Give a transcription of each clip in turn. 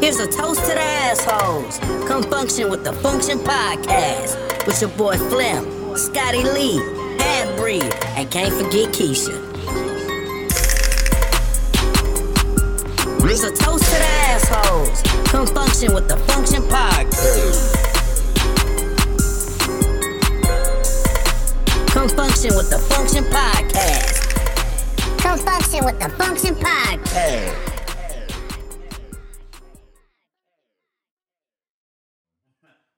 Here's a toast to the assholes. Come function with the Function Podcast with your boy Flim, Scotty Lee, Ad Breed, and can't forget Keisha. Here's a toast to the assholes. Come function with the Function Podcast. Come function with the Function Podcast. Come function with the Function Podcast.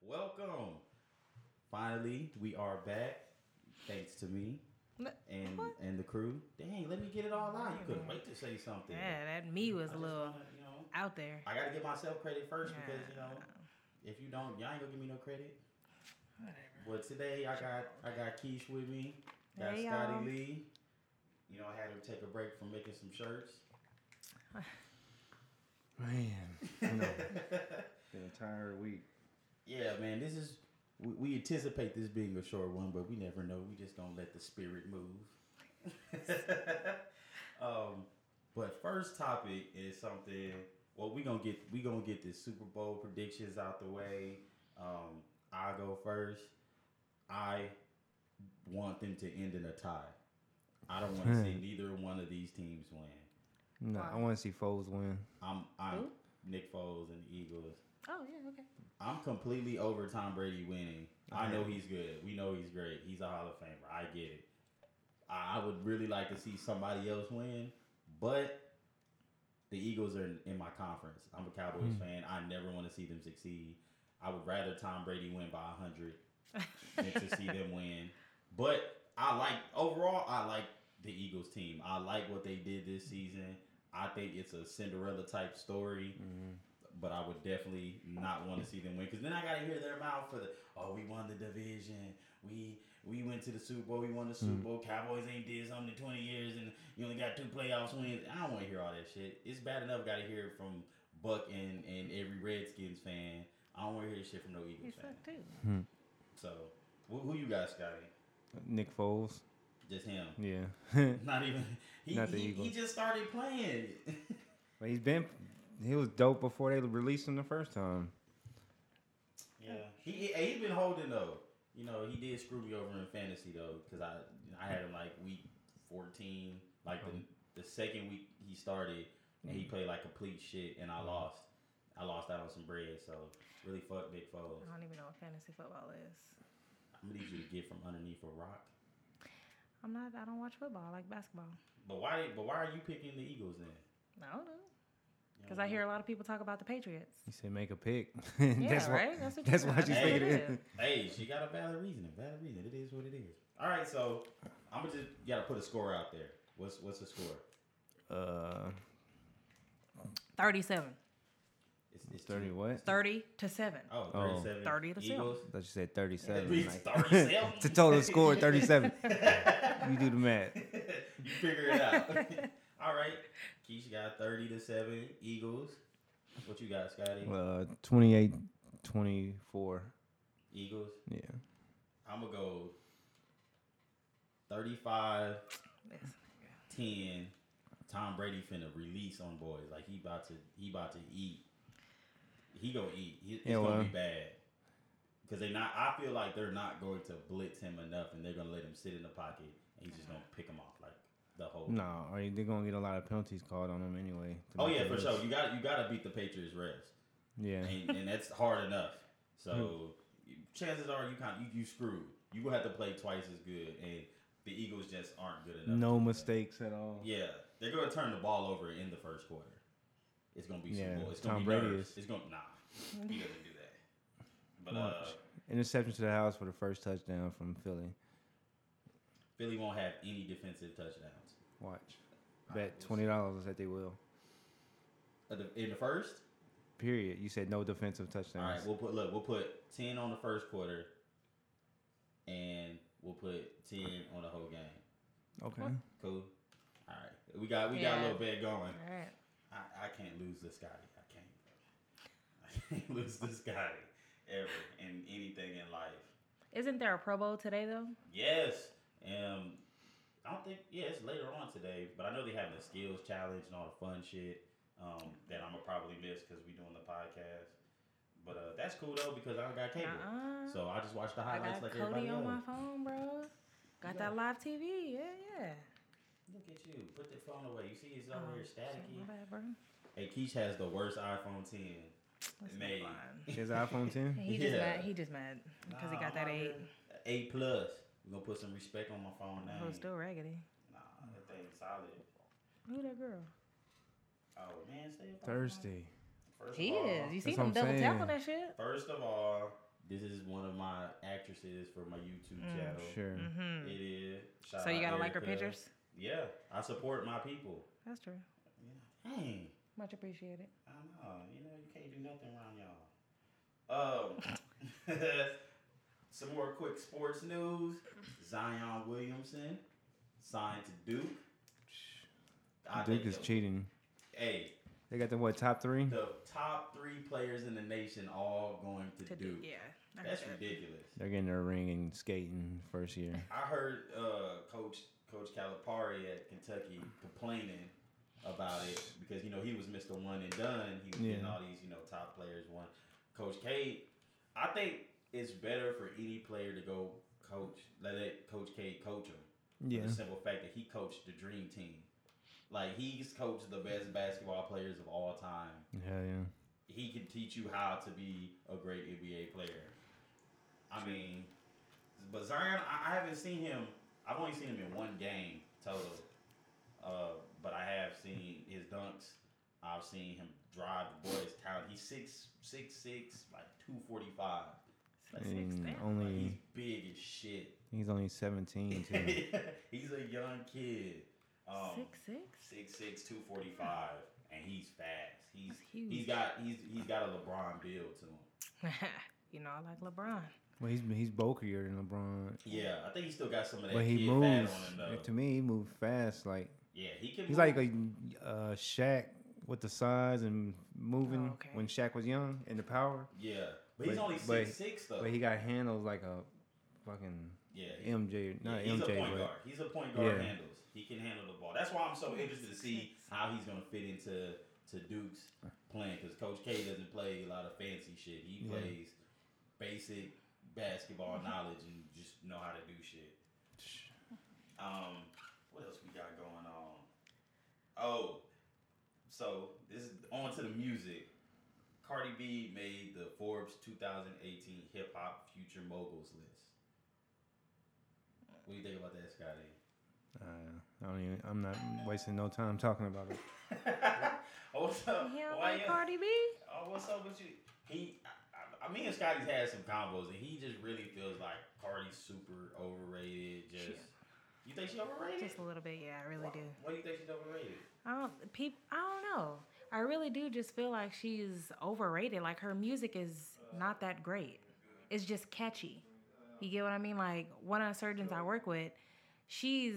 Welcome. Finally, we are back. Thanks to me and and the crew. Dang, let me get it all out. You couldn't wait to say something. Yeah, that me I was a just little wanna, you know, out there. I gotta give myself credit first because you know, Yeah. if you don't, y'all ain't gonna give me no credit. But today I got I got Keish with me. Got Hey, y'all. Scotty Lee. You know, I had him take a break from making some shirts. Man, you know, been a tired week. Yeah, man, this is we, we anticipate this being a short one, but we never know. We just don't let the spirit move. um, but first topic is something. Well, we gonna get we gonna get the Super Bowl predictions out the way. Um, I go first. I want them to end in a tie. I don't want to see neither one of these teams win. No, I Why? want to see Foles win. I'm I'm Who? Nick Foles and the Eagles. Oh yeah, okay. I'm completely over Tom Brady winning. I Okay. know he's good. We know he's great. He's a Hall of Famer. I get it. I, I would really like to see somebody else win, but the Eagles are in, in my conference. I'm a Cowboys Hmm. fan. I never want to see them succeed. I would rather Tom Brady win by 100 than to see them win. But I like, overall, I like the Eagles team. I like what they did this season. I think it's a Cinderella type story but I would definitely not want to see them win because then I gotta hear their mouth for the oh we won the division we we went to the Super Bowl we won the Super Mm. Bowl Cowboys ain't did something in twenty years and you only got two playoffs wins I don't want to hear all that shit it's bad enough gotta hear it from Buck and and every Redskins fan I don't want to hear shit from no You Eagles fan suck too. so who, who you got Scotty Nick Foles, just him yeah, not even he Mm. Not the he, he Eagles. just started playing but he's been he was dope before they released him the first time. Yeah, he he- he been holding though. You know, he did screw me over in fantasy though, because I I had him like week fourteen, like the the second week he started, and Mm. he played like complete shit, and I lost. I lost out on some bread, so really fuck Nick Foles. I don't even know what fantasy football is. I'm gonna need you to get from underneath a rock. I'm not. I don't watch football. I like basketball. But why? But why are you picking the Eagles then? I don't know You know because what I mean? hear a lot of people talk about the Patriots. He said make a pick. Yeah, that's why, right. That's what. you- That's why that's she's what thinking it it. is. Hey, she got a valid reason. A valid reason. It is what it is. All right, so I'm gonna just gotta put a score out there. What's what's the score? Uh, Thirty-seven. It's, it's thirty two- what? Thirty to seven. Oh, Oh. 37. 30 to seven. Eagles. I thought you said thirty-seven. It's like- 37. it's a total score thirty-seven. you do the math. you figure it out. All right. Keisha got 30 to 7. Eagles. What you got, Scotty? Uh, 28, 24. Eagles. Yeah, I'm going to go 35 Yes. 10. Tom Brady finna release on boys. Like he about to he about to eat. He gonna eat. He, it's Yeah, gonna well. be bad. Cause they not I feel like they're not going to blitz him enough and they're gonna let him sit in the pocket and he's just gonna pick him off like the whole no, I mean, they're gonna get a lot of penalties called on him anyway. to Oh make yeah, the for list. sure. You got you got to beat the Patriots refs, Yeah, Hmm. and, and that's hard enough. So chances are you kind you, you screwed. You gonna have to play twice as good, and the Eagles just aren't good enough. to no do that. mistakes at all. Yeah, they're gonna turn the ball over in the first quarter. It's gonna be Yeah, some bull. It's gonna Tom be Brady nerves. is. It's gonna nah. He doesn't do that. But uh, Watch. Interception to the house for the first touchdown from Philly. Philly won't have any defensive touchdowns Watch. All right, Bet we'll see. twenty dollars that they will. Uh, the- in the first. Period. You said no defensive touchdowns. All right, we'll put look, we'll put ten on the first quarter, and we'll put ten on the whole game. okay. What? Cool. All right. We got we got a Yeah. little bit going. All right. I, I can't lose this guy. I can't. I can't lose this guy ever in anything in life. Isn't there a Pro Bowl today though? Yes. Um I don't think yeah, it's later on today, but I know they having a skills challenge and all the fun shit. um, that I'm gonna probably miss because we doing the podcast. But uh, that's cool though because I don't got cable, Uh-uh. so I just watch the I highlights got like everybody Cody on my else. phone, bro. Got got- that live TV. Yeah, yeah. Look at you, put the phone away. You see it's Oh, over here shit, my staticky. bad, bro. Hey, Keish has the worst iPhone 10. Let's Made. move on. His iPhone 10. He just Yeah. mad. He just mad because he Nah, got that mine eight. is Eight plus. We gonna put some respect on my phone Oh, name. it's still raggedy. Nah, that thing solid. Who that girl? Oh man, stay up on my phone. Thirsty. First She of all, is. You That's see what them I'm double tap on saying. that shit? First of all, this is one of my actresses for my YouTube channel. Sure. It Mm-hmm. is. Shout Mm. So you out gotta like her Erica. pictures. Yeah, I support my people. That's true. Yeah. Dang, Much appreciated. I know. You know, you can't do nothing around y'all. Um, some more quick sports news. Zion Williamson signed to Duke. I Duke think is the- cheating. Hey, They got the what top three? the top three players in the nation all going to, To do, Duke. yeah. I heard That's that. ridiculous. They're getting their ring and skating first year. I heard uh, Coach Coach Calipari at Kentucky complaining about it because you know he was Mr. One and Done. He was getting Yeah. all these you know top players. One Coach K, I think it's better for any player to go coach let it Coach K coach him. Yeah. For the simple fact that he coached the dream team. Like he's coached the best basketball players of all time. Hell yeah. He can teach you how to be a great NBA player. I mean, but Zion, I, I haven't seen him. I've only seen him in one game total. Uh, but I have seen his dunks. I've seen him drive the boys town. He's six six six, like two forty five. Six, six, damn. And Like he's Mm, only big as shit. he's only seventeen too. he's a young kid. Um, six six. six six two forty five, and he's fast. He's That's huge. he's got he's he's got a LeBron build to him. you know, I like LeBron. well, he's he's bulkier than LeBron, Yeah, I think he still got some of that but kid he fat moves. on him though. To me, he moves fast. Like Yeah, he can. he's move. like a uh, Shaq with the size and moving Oh, okay. when Shaq was young and the power. yeah, but he's but- only but- six six though. But he got handles like a fucking yeah, he- MJ, yeah, not he's a point MJ, guard. but He's a point guard. Yeah. Handles. He can handle the ball. That's why I'm so interested to see how he's gonna fit into to Duke's plan because Coach K doesn't play a lot of fancy shit. He Yeah. plays basic basketball knowledge and just know how to do shit. Um, what else we got going on? Oh, so this is on to the music. Cardi B made the Forbes 2018 Hip Hop Future Moguls list. What do you think about that, Scotty? uh, I don't even. I'm not wasting no time talking about it. oh, what's up? He don't Why like you- Cardi B. Oh, what's up with you? He, I, I, me and Scotty's had some combos, and he just really feels like Cardi's super overrated. Just, She- you think she overrated? Just a little bit, yeah, I really Why- do. Why do you think she's overrated? I don't peop I don't know. I really do just feel like she's overrated. Like her music is not that great. It's just catchy. You get what I mean? Like one of the surgeons I work with, she's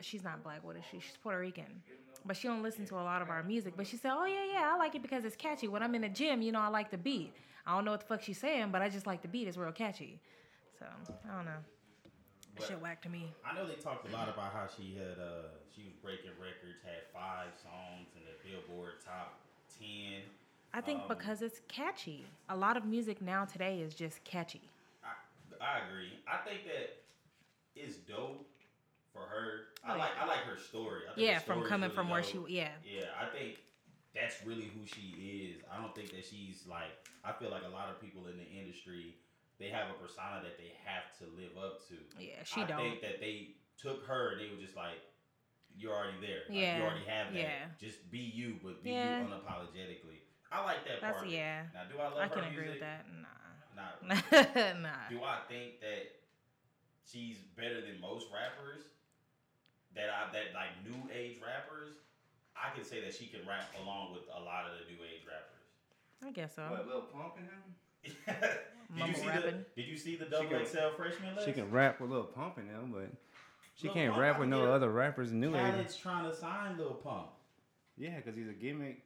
she's not black, what is she? She's Puerto Rican. But she don't listen to a lot of our music. But she said, Oh yeah, yeah, I like it because it's catchy. When I'm in the gym, you know, I like the beat. I don't know what the fuck she's saying, but I just like the beat. It's real catchy. So I don't know. That But- shit whack to me. I know they talked a lot about how she had uh she was breaking records, had five songs in the Billboard top ten. I think Um, because it's catchy. A lot of music now today is just catchy. I I agree. I think that it's dope for her. I Like- like I like her story. I think Oh, Yeah, her from story's coming really from where she dope. yeah. Yeah, I think that's really who she is. I don't think that she's like. I feel like a lot of people in the industry, they have a persona that they have to live up to. Yeah, she I don't. think that they took her and they were just like, "You're already there. Like, Yeah, you already have that. yeah. Just be you, but be Yeah. you unapologetically." I like that That's part. of it. yeah. Now, do I love I her can music? agree with that. Nah. Nah. nah. do I think that she's better than most rappers? That I that like new age rappers, I can say that she can rap along with a lot of the new age rappers. I guess so. What, Lil Pump and him? did Mumble you see rapping. the Did you see the double can- XL freshman list? She can rap with Lil Pump in them, but she Lil can't Pump, rap I with can no get it. other rappers. New age. Khaled's trying to sign Lil Pump. Yeah, because he's a gimmick,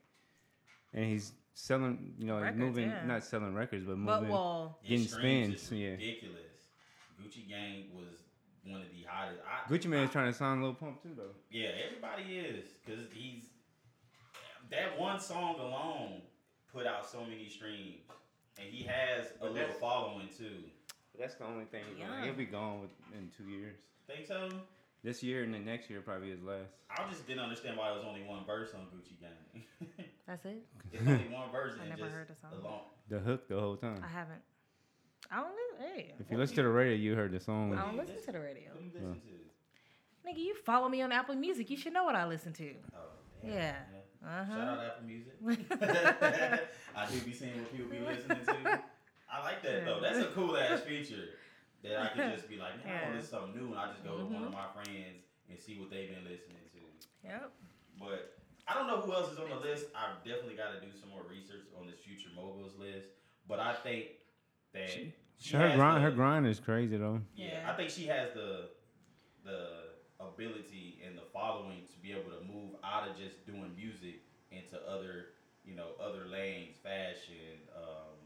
and he's selling. You know, he's Records, moving, yeah. not selling records, but moving. But well, His Getting streams spins, is yeah. ridiculous. Gucci Gang was one of the hottest. I, Gucci Mane I- is trying to sign Lil Pump too, though. Yeah, everybody is because he's that one song alone put out so many streams, and he has a little that's- following too. That's the only thing. Yeah. He'll be gone with, in two years. Think so? This year and the next year probably his last. I just didn't understand why there was only one verse on Gucci Gang. That's it. Mm. it's only one verse. I and never just heard the song. alone. The hook the whole time. I haven't. I don't listen. Hey, If you listen to the radio, you heard the song. I don't listen to the radio. Who you listen to? Nigga, you follow me on Apple Music. You should know what I listen to. Oh, damn. Yeah. Shout Uh out Apple Music. I do be seeing what people be listening to. I like that though. That's a cool ass feature that I can just be like, man, I want Yeah. to listen to something new, and I just go to one of my friends and see what they've been listening to. Yep. But I don't know who else is on the list. I've definitely got to do some more research on this future moguls list. But I think that She- she Her has grind, the- her grind is crazy though. Yeah, Yeah. I think she has the the ability and the following to be able to move out of just doing music into other you know other lanes, fashion, um,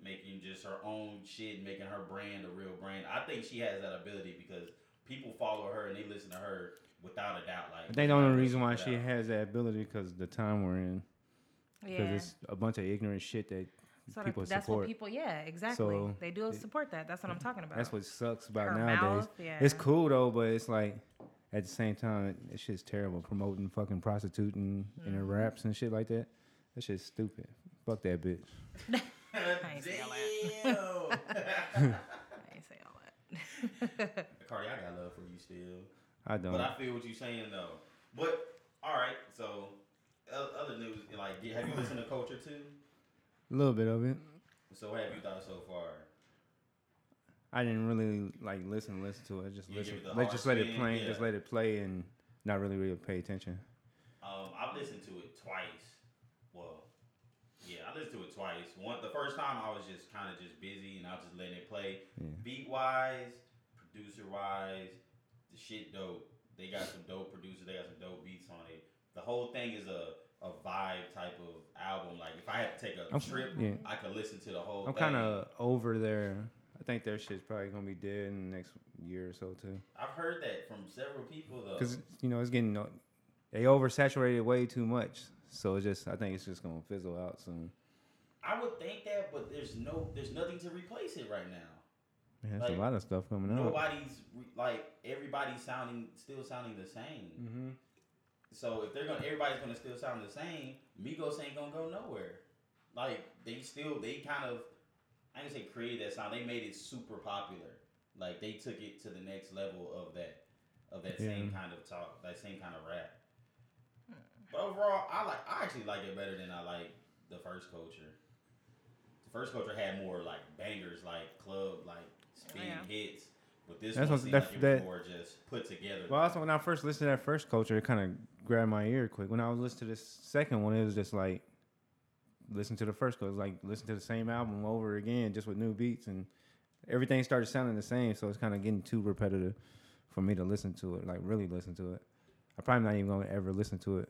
making just her own shit, making her brand a real brand. I think she has that ability because people follow her and they listen to her without a doubt. Like I think the only reason why without- she has that ability because the time we're in, because Yeah. it's a bunch of ignorant shit that Sort of- people that's support. what people. Yeah, exactly. So, they do support that. That's what I'm talking about. That's what sucks about Her nowadays. mouth, yeah. It's cool though, but it's like at the same time, it, it's just terrible promoting fucking prostituting in Mm-hmm. her raps and shit like that. That shit's stupid. Fuck that bitch. I ain't say all Damn. I ain't say all that. Cardi, I got love for you still. I don't. But I feel what you're saying though. But all right, so o- other news, like, have you listened to Culture too? a little bit of it. So what have you thought so far? I didn't really like listen, listen to it. I Just You listen. give it the Let hard just let it spin, play. yeah. Just let it play and not really really pay attention. Um, I've listened to it twice. Well, yeah, I listened to it twice. One, the first time I was just kind of just busy and I was just letting it play. Yeah. Beat wise, producer wise, the shit dope. They got some dope producers. They got some dope beats on it. The whole thing is a a vibe type of album. Like if I had to take a I'm- trip, yeah. I could listen to the whole. I'm thing. kind of over there. I think their shit's probably gonna be dead in the next year or so too. I've heard that from several people though. Cause you know it's getting o- they oversaturated way too much. So it's just I think it's just gonna fizzle out soon. I would think that, but there's no, there's nothing to replace it right now. Man, there's Like, a lot of stuff coming out. Nobody's re- like everybody's sounding, still sounding the same. Mm-hmm. So if they're gonna, everybody's gonna still sound the same. Migos ain't gonna go nowhere. Like they still, they kind of, I didn't say created that sound. They made it super popular. Like they took it to the next level of that, of that same Yeah. kind of talk, that same kind of rap. But overall, I like, I actually like it better than I like the first culture. The first culture had more like bangers, like club, like speed Yeah. hits. But this That's one what- seemed that's- like it was that- more just put together. Well, also when I first listened to that first culture, it kind of grabbed my ear quick. When I was listening to this second one, it was just like listen to the first culture, like listen to the same album over again, just with new beats and everything started sounding the same. So it's kind of getting too repetitive for me to listen to it, like really listen to it. I'm probably not even gonna ever listen to it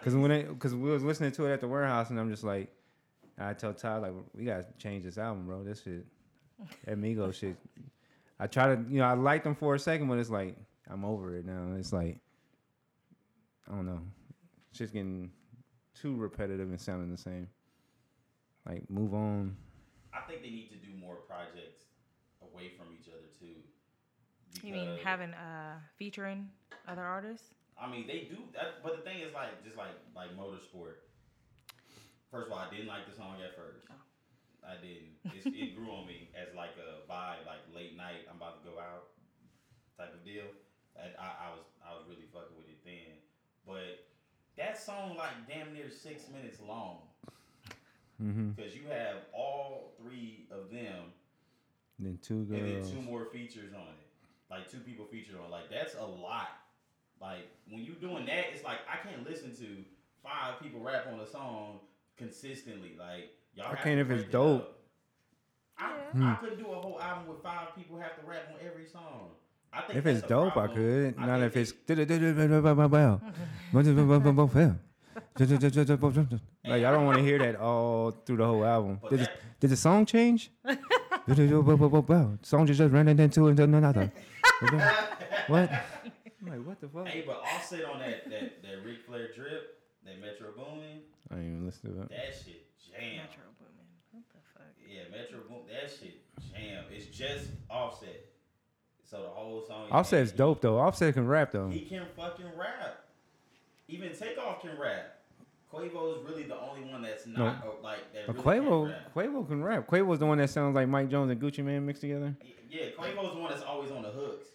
because when it because we was listening to it at the warehouse and I'm just like, I tell Todd like we gotta change this album, bro. This shit, that Migos shit. I try to you know I liked them for a second, but it's like I'm over it now. It's like I don't know, it's just getting too repetitive and sounding the same. Like move on. I think they need to do more projects away from each other too. you mean because- having uh featuring other artists? I mean, they do. That, but the thing is, like, just like like motorsport. First of all, I didn't like the song at first. Oh. I didn't. It's, it grew on me as like a vibe, like late night. I'm about to go out, type of deal. I, I, I was I was really fucking with it then, but that song like damn near six minutes long Mm-hmm. because you have all three of them Then two and then girls. two more features on it. Like two people featured on. it. Like that's a lot. Like when you doing that, it's like I can't listen to five people rap on a song consistently. Like y'all. I have can't to if it's break it dope. Hmm. up. I, I couldn't do a whole album with five people have to rap on every song. I think If that's it's a dope, I problem. could. I Not think if it's they- like I don't want to hear that all through the whole album. Did, the, did the song change? song just just ran into another. What? I'm like what the fuck? Hey, but Offset on that that that Ric Flair drip, That Metro Boomin, I ain't even listen to that. that shit jam. Metro Boomin. What the fuck? Yeah, Metro Boomin, that shit jam. It's just Offset. So the whole song. is- Offset's dope though. Offset can rap though. He can fucking rap. Even Takeoff can rap. Quavo is really the only one that's not uh, like that. But Really Quavo, can rap. Quavo can rap. Quavo's the one that sounds like Mike Jones and Gucci Man mixed together. Yeah, Quavo's the one that's always on the hooks.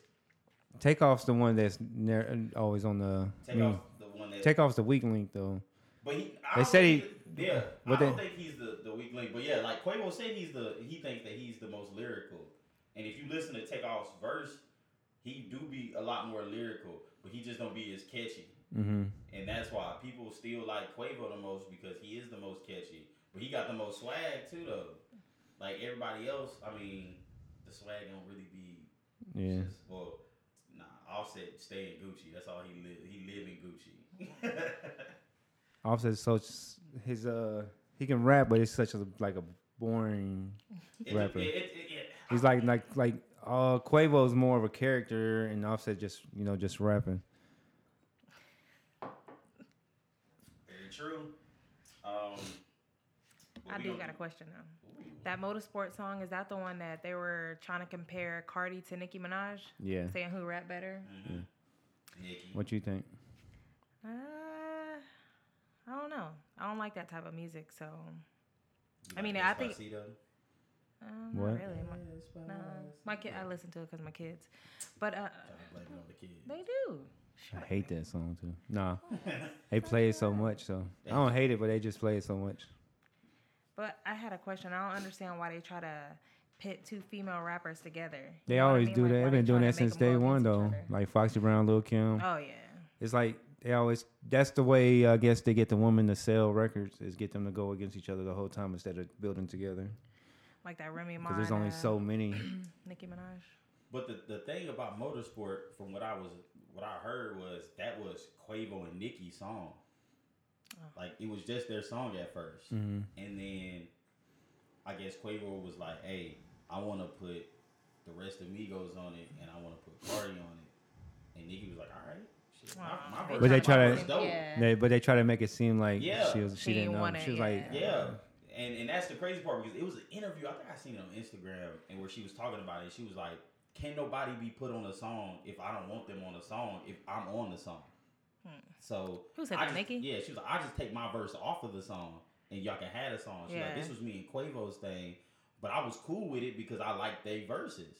Takeoff's the one that's ne- always on the. I mean, Takeoff's the one that. Takeoff's the weak link though. But he, I Mm. They don't said think he- Yeah, what I don't they- think he's the, the weak link. But yeah, like Quavo said, he's the he thinks that he's the most lyrical. And if you listen to Takeoff's verse, he do be a lot more lyrical, but he just don't be as catchy. Mm-hmm. And that's why people still like Quavo the most because he is the most catchy. But he got the most swag too, though. Like everybody else, I mean, the swag don't really be. Yeah. Just, well, nah. Offset stay in Gucci. That's all he live. He live in Gucci. Offset's so s- his uh he can rap, but it's such a like a boring. It- Rapper. It, it, it, it- He's like like like uh Quavo's more of a character, and Offset just you know just rapping. Very true. Um, but I we do don't- got a question though. Ooh. That motorsport song is that the one that they were trying to compare Cardi to Nicki Minaj, Yeah. saying who rap better? Mhm. Nicki. What you think? Uh, I don't know. I don't like that type of music, so You I like mean, I think- Despacito? uh, not What? really. My, no, my kid, I listen to it because my kids, but uh, Don't blame it on the kid. they do. I hate that song too. Nah, they play it so much, so I don't hate it, but they just play it so much. But I had a question. I don't understand why they try to pit two female rappers together. You They know what I always mean? do Like, that. why They've they been doing tryna that make since them day go one against each though. other? Like Foxy Brown, Lil Kim. Oh yeah. It's like they always. That's the way I guess they get the women to sell records is get them to go against each other the whole time instead of building together. Like that Remy Ma. Because there's only and, uh, so many. Nicki Minaj. But the, the thing about motorsport, from what I was what I heard was that was Quavo and Nicki's song. Ah. Like it was just their song at 1st Mm-hmm. and then I guess Quavo was like, "Hey, I want to put the rest of Migos on it, and I want to put Cardi on it." And Nicki was like, "All right, shit, my, my Wow. verse- But they my try to- verse dope." Yeah. They, but they try to make it seem like Yeah. she was she, She didn't know. wanna- she was like yeah. Yeah. And and that's the crazy part because it was an interview. I think I seen it on Instagram and where she was talking about it. She was like, Can nobody be put on a song if I don't want them on a song if I'm on the song? So Who said I that, just, Nicki? Yeah, she was like, I just take my verse off of the song and y'all can have the song. She's like, Yeah. This was me and Quavo's thing, but I was cool with it because I liked they verses.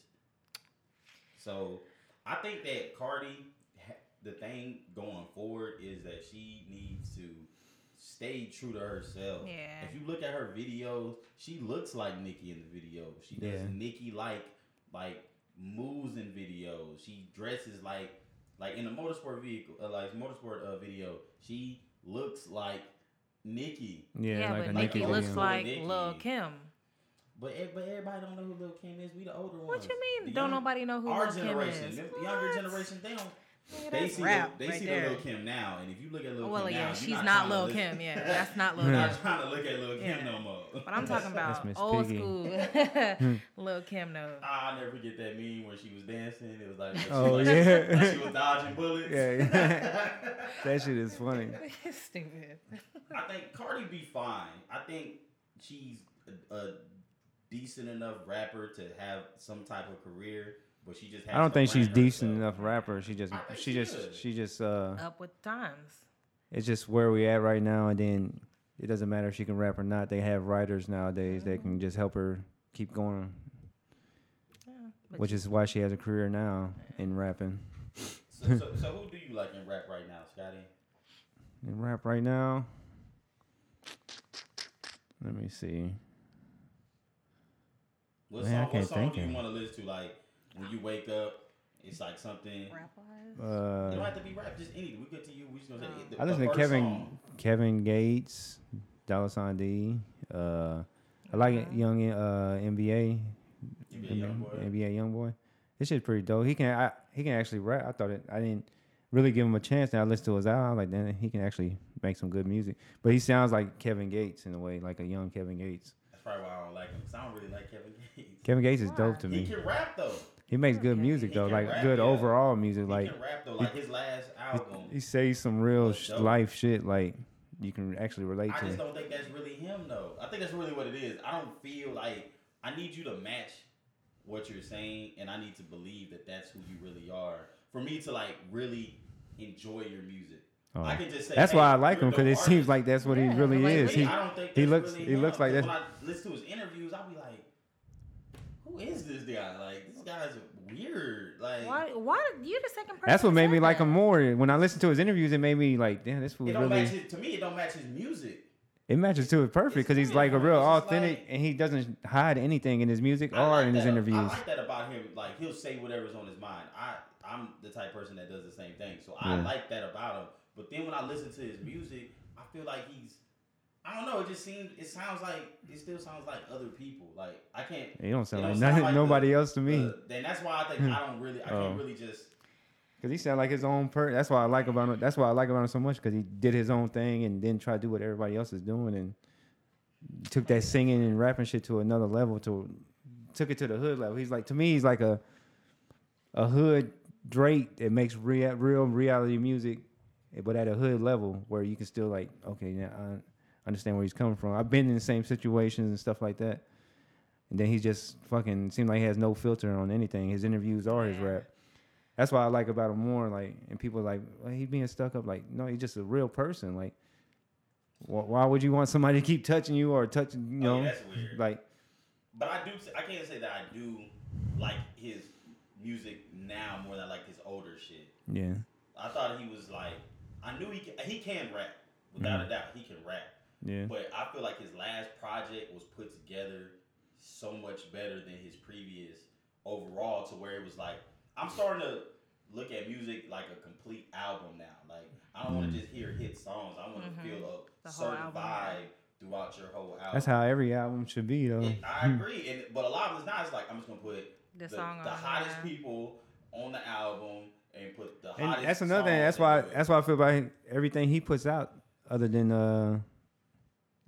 So I think that Cardi, ha- the thing going forward is that she needs to stay true to herself. Yeah. If you look at her videos, she looks like Nicki in the video. She does Yeah. Nicki like like moves in videos. She dresses like like in a motorsport vehicle, uh, like motorsport uh, video. She looks like Nicki. yeah, like a but Nicki Nicki Nicki video. looks video. like Nicki. Lil Kim. But e- but everybody don't know who Lil Kim is. We the older What ones. you mean? The don't young- nobody know who our Lil generation, Kim is? them- the younger What? generation, they don't. Nigga, They that's see rap the, they right see there. the Lil Kim now, and if you look at Lil Well, Kim now, yeah, you're she's not tryna Lil look- Kim, yeah. That's not Lil You're not Kim. trying to look at Lil Kim Yeah. no more. But I'm talking about Miss old Piggy. school Lil Kim though. I'll never forget that meme where she was dancing. It was like, she Oh was- yeah, she was dodging bullets. Yeah, yeah. that shit is funny. Stupid. I think Cardi be fine. I think she's a, a decent enough rapper to have some type of career, but she just. Has I don't to think brand she's herself. decent enough rapper. She just I think she she just good. she just uh Up with times. it's just where we at right now and then it doesn't matter if she can rap or not they have writers nowadays that can just help her keep going Yeah, but which is why she has a career now in rapping So, so, so who do you like in rap right now, Scotty? in rap right now let me see What Man, I song, can't what song think do you of- want to listen to? Like when you wake up, it's like something. rap wise. It don't uh have to be rap. Just any. We good to you. We just gonna say. the- i the listen to first kevin song. kevin gates dallas on d uh i like it young uh nba You be a young boy. NBA young boy. This shit's pretty dope. He can I, he can actually rap. I thought it. I didn't really give him a chance. Now I listened to his album. I'm Like then he can actually make some good music. But he sounds like Kevin Gates in a way, like a young Kevin Gates. That's probably why I don't like him. 'cause I don't really like Kevin Gates. Kevin Gates is dope Why? to He me. can rap though. He makes good Okay. music He though, can like rap, good yeah. overall music. He Like can rap though. Like his last album. he says some real That's sh- dope. life shit. Like you can actually relate I to. just don't think that's really him though. I think that's really what it is. I don't feel like I need you to match what you're saying, and I need to believe that that's who you really are for me to like really enjoy your music. Oh. I can just say that's hey, why I like you're him a because it dope seems artist. like that's what Yeah, he really like, is. really- He, I don't think he that's looks really he him, looks like 'cause that's When I listen to his interviews, I'll be like, "Who is this guy? Like, this guy's weird. Like, Why? Why you the second person? That's what that made said me like that. him more. When I listened to his interviews, it made me like, damn, this fool it is don't really. match. His, to me, it don't match his music. It matches to it perfect It's because he's weird, like a like, real it's just authentic, like- and he doesn't hide anything in his music I or like in his that- I interviews. like that about him. Like, he'll say whatever's on his mind. I, I'm the type of person that does the same thing, so I Yeah. like that about him. But then when I listen to his music, I feel like he's. I don't know. It just seems. It sounds like. It still sounds like other people. Like I can't. He don't sound it like, don't none- sound like the- nobody else to me Uh, then that's why I think I don't really. I Oh. can't really just. because he sound like his own person. That's why I like about him. That's why I like about him so much because he did his own thing and then try to do what everybody else is doing and took that singing and rapping shit to another level. To took it to the hood level. He's like to me, he's like a a hood Drake that makes real real reality music, but at a hood level where you can still like okay, now I understand where he's coming from. I've been in the same situations and stuff like that. And then he just fucking seemed like he has no filter on anything. His interviews are his Yeah. rap. That's why I like about him more. Like, and people are like well, he being stuck up. Like, no, he's just a real person. Like, wh- why would you want somebody to keep touching you or touching you Oh, know? yeah, that's weird. Like, But I do. I can't say that I do like his music now more than I like his older shit. yeah, I thought he was like. I knew he can, he can rap without Hmm. a doubt. He can rap, yeah. but I feel like his last project was put together so much better than his previous overall. To where it was like I'm starting to look at music like a complete album now. Like I don't Mm. want to just hear hit songs. I want to Mhm. feel a The whole certain album. vibe throughout your whole album. That's how every album should be though. It- I agree, and but a lot of it's not. It's like I'm just gonna put The the, song the on, hottest yeah. people on the album and put the hottest. And that's another thing. songs That's why. into it. That's why I feel about him- everything he puts out, other than uh,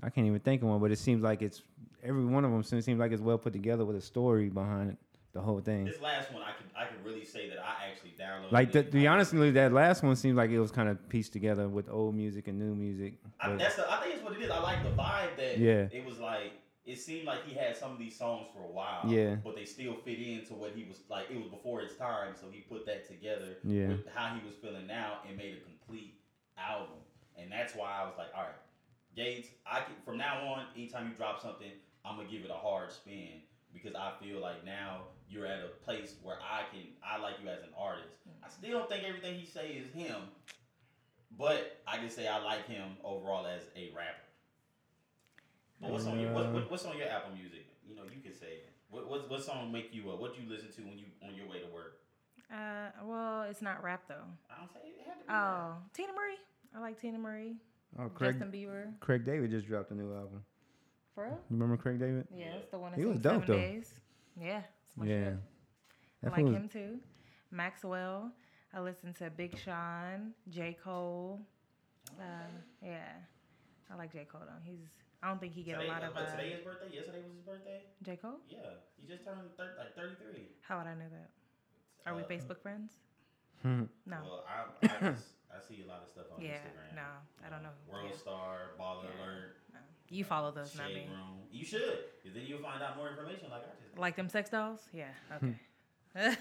I can't even think of one. But it seems like it's every one of them seems seems like it's well put together with a story behind the whole thing. this last one. I can I can really say that I actually downloaded. Like it. the, to be I- honestly, that last one seemed like it was kind of pieced together with old music and new music. I, But- that's the, I think it's what it is. I like the vibe that Yeah. it was like. It seemed like he had some of these songs for a while, Yeah. But they still fit into what he was like. It was before his time, so he put that together Yeah. with how he was feeling now and made a complete album. And that's why I was like, all right, Gates, I can, from now on, anytime you drop something, I'm gonna give it a hard spin because I feel like now you're at a place where I can I like you as an artist. Mm-hmm. I still don't think everything he say is him, but I can say I like him overall as a rapper. But what's on your what, what, what's on your Apple Music? You know, you can say it. What what what song make you uh, what you listen to when you on your way to work? Uh, well, it's not rap though. I don't say it had to be rap. Oh, Tina Marie. I like Tina Marie. oh, Craig Justin Bieber. Craig David just dropped a new album. For real? You remember Craig David? Yeah, that's the one. He that's was in dope, Seven though. Days. Yeah. it's my Yeah, shit. I That like fool was- him too. Maxwell. I listen to Big Sean, J. Cole. Uh, yeah. I like J. Cole though. He's I don't think he get Today, a lot of uh, uh, today is birthday. Yesterday was his birthday. J. Cole? Yeah, he just turned thir- like thirty three. How would I know that? Are we Uh, Facebook friends? Hmm. No. Well, I, I, just, I see a lot of stuff on yeah. Instagram. No. I don't know. World Yeah, Star, Baller Yeah. Alert, no. You follow those, not me. Shade Room. You should, 'cause then you'll find out more information. Like I just, Like them sex dolls? Yeah. Hmm. Okay.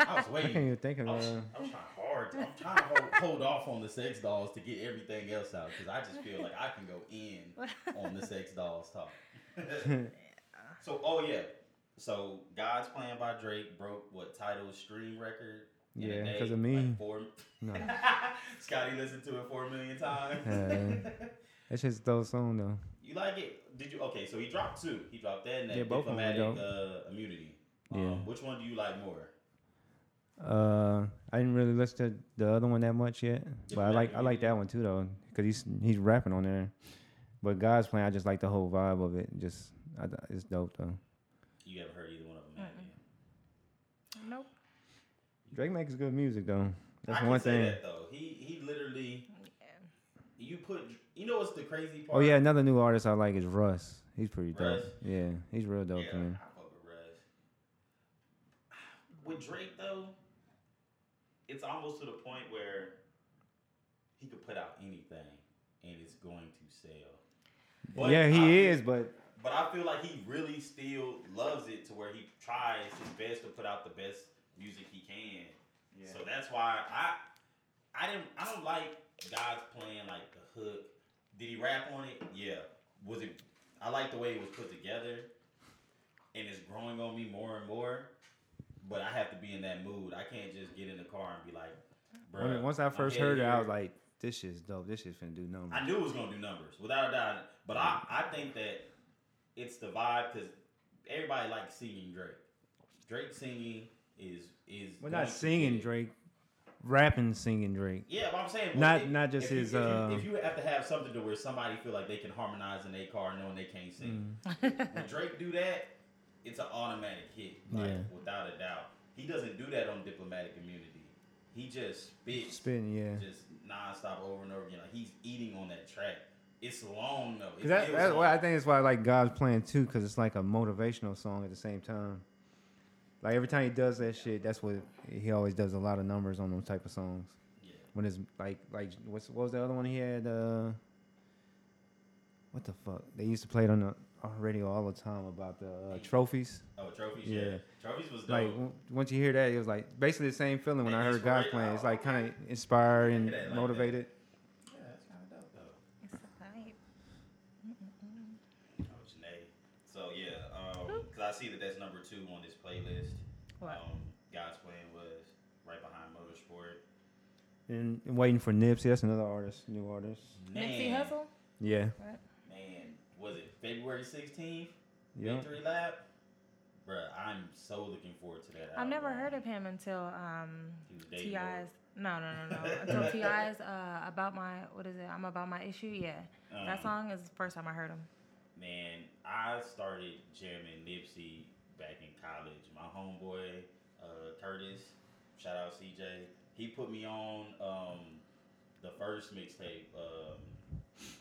I was I waiting. can't even think of. I was, Uh, I was trying hard. To, I'm trying to hold, hold off on the sex dolls to get everything else out because I just feel like I can go in on the sex dolls talk. so, oh yeah, so God's Plan by Drake broke what title stream record? in a Yeah, day? 'cause of me. Like four, no, Scotty listened to it four million times. Yeah. that's just a dope song though. you like it? Did you? Okay, so he dropped two. He dropped that and that Yeah, both of 'em were diplomatic uh, immunity. Um, Yeah. Which one do you like more? Uh, I didn't really listen to the other one that much yet, but I Diplomatic like I like that one too though, cause he's he's rapping on there. But God's plan, I just like the whole vibe of it. Just I, th- it's dope though. You haven't heard either one of them. have you? nope. Drake makes good music though. I That's can one say thing. That, though he he literally you put you know what's the crazy part? Oh yeah, another new artist I like is Russ. He's pretty dope. Russ? Yeah, he's real dope yeah. man. I fuck with Russ. With Drake though, it's almost to the point where he could put out anything, and it's going to sell. But yeah, he I- is, but But I feel like he really still loves it to where he tries his best to put out the best music he can. So that's why I I didn't I don't like God's playing like the hook. Did he rap on it? Yeah. Was it I like the way it was put together and it's growing on me more and more. But I have to be in that mood. I can't just get in the car and be like, bro. when- once I first heard it, I was like, this shit's dope. This shit's finna do I numbers. knew it was gonna do numbers without a doubt. But I, Mm-hmm. I think that it's the vibe because everybody likes singing Drake. Drake singing is is. We're going not to singing get it. Drake, rapping, singing Drake. Yeah, but I'm saying but Not- if- not just if you- his, if you, uh, if you have to have something to where somebody feel like they can harmonize in their car knowing they can't sing. Mm-hmm. when Drake do that, it's an automatic hit, like Yeah. without a doubt. He doesn't do that on diplomatic immunity. He just spits Spitting, yeah. just nonstop over and over again. Like he's eating on that track. It's long though. It 'Cause that, feels that's long. why I think it's why I like God's plan too, because it's like a motivational song at the same time. Like every time he does that shit, that's what he always does. A lot of numbers on those type of songs. Yeah. When it's like, like what's what was the other one he had? Uh, what the fuck? They used to play it on the on radio all the time about the uh, trophies. Oh, trophies. Yeah, Yeah. trophies was dope. Like w- once you hear that, it was like basically the same feeling when Like I heard God's inspira- plan. It's like kind of inspired and Look at it like that. motivated. yeah, that's kind of dope though. It's a vibe. Oh, Janae. So yeah, because I see that that's number two on this playlist. What? Um, God's plan was right behind Motorsport. And waiting for Nipsey. That's another artist, new artist. Nipsey Man, Hussle? Yeah. What? Man, was it February sixteenth? Yeah. Victory lap. Bruh, I'm so looking forward to that. I've never album. heard of him until um, He was dating her. Ti's. No, no, no, no. Until Ti's uh, about my what is it? I'm about my issue. Yeah, Um, that song is the first time I heard him. Man, I started jamming Nipsey back in college. My homeboy, uh, Curtis, shout out CJ, he put me on um, the first mixtape. Um, damn,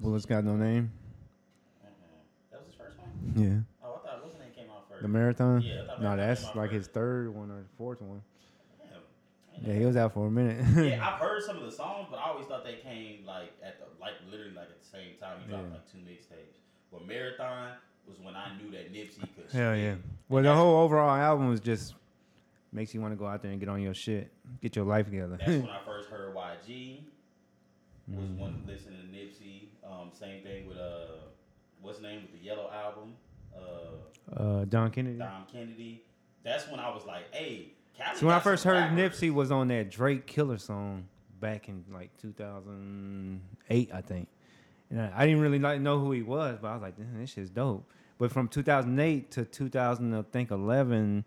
Well, it's got no name. uh-uh. That was his first one? Yeah. Oh, I thought, what's the name came out first? The marathon. Yeah, I thought no, Marathon that's came out like his first. third one or fourth one. Damn. Yeah, he was out for a minute. yeah, I've heard some of the songs, but I always thought they came like at the like literally like at the same time. He dropped Yeah. like two mixtapes. But Marathon was when I knew that Nipsey could. Hell spit. yeah. Well, the whole overall album was just makes you want to go out there and get on your shit, get your life together. That's when I first heard YG. Was Mm. one listening to Nipsey. Um, same thing with uh, what's his name with the Yellow album, uh, uh, Don Kennedy. Dom Kennedy. That's when I was like, hey. Cali See, when I got some first heard rappers. Nipsey was on that Drake Killer song back in like 2008, I think. And I, I didn't really like know who he was, but I was like, "Damn, this shit's dope. But from 2008 to 2000, I think 11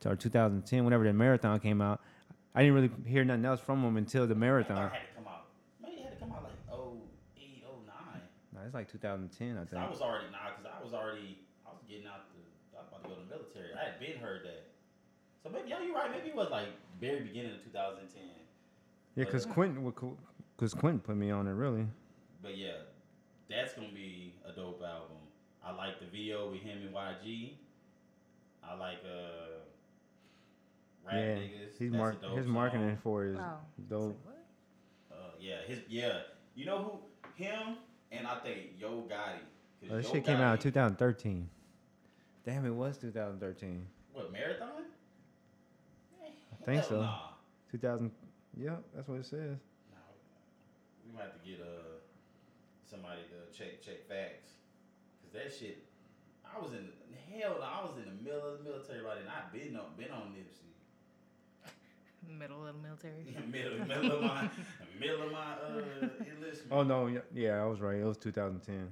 to- or 2010, whenever the marathon came out, I didn't really hear nothing else from him until I the thought marathon. it had to come out. Maybe it had to come out like oh eight, oh nine. No, it's like 2010, I I think. was already nah, cause I was already I was getting out the I was about to go to the military. I had been heard that. So maybe yeah, you're right. Maybe it was like very beginning of 2010. Yeah, because Quentin, because Quentin put me on it, really. But yeah, that's gonna be a dope album. I like the video with him and YG. I like uh rap yeah, niggas. he's That's mar- a dope his song. marketing for it is Wow. dope. Uh, yeah, his yeah. You know who him and I think Yo Gotti. 'Cause Oh, that Yo shit came out in Gotti- 2013. Damn, it was 2013. What marathon? I think Hell so. Nah. 2000. Yep, that's what it says. No, we might have to get uh somebody to check check facts, cause that shit. I was in hell. no, I was in the middle of the military right, and I've been on been on Nipsey. Middle of the military. middle middle of my middle of my uh enlistment. Oh no, yeah, yeah, I was right. It was 2010.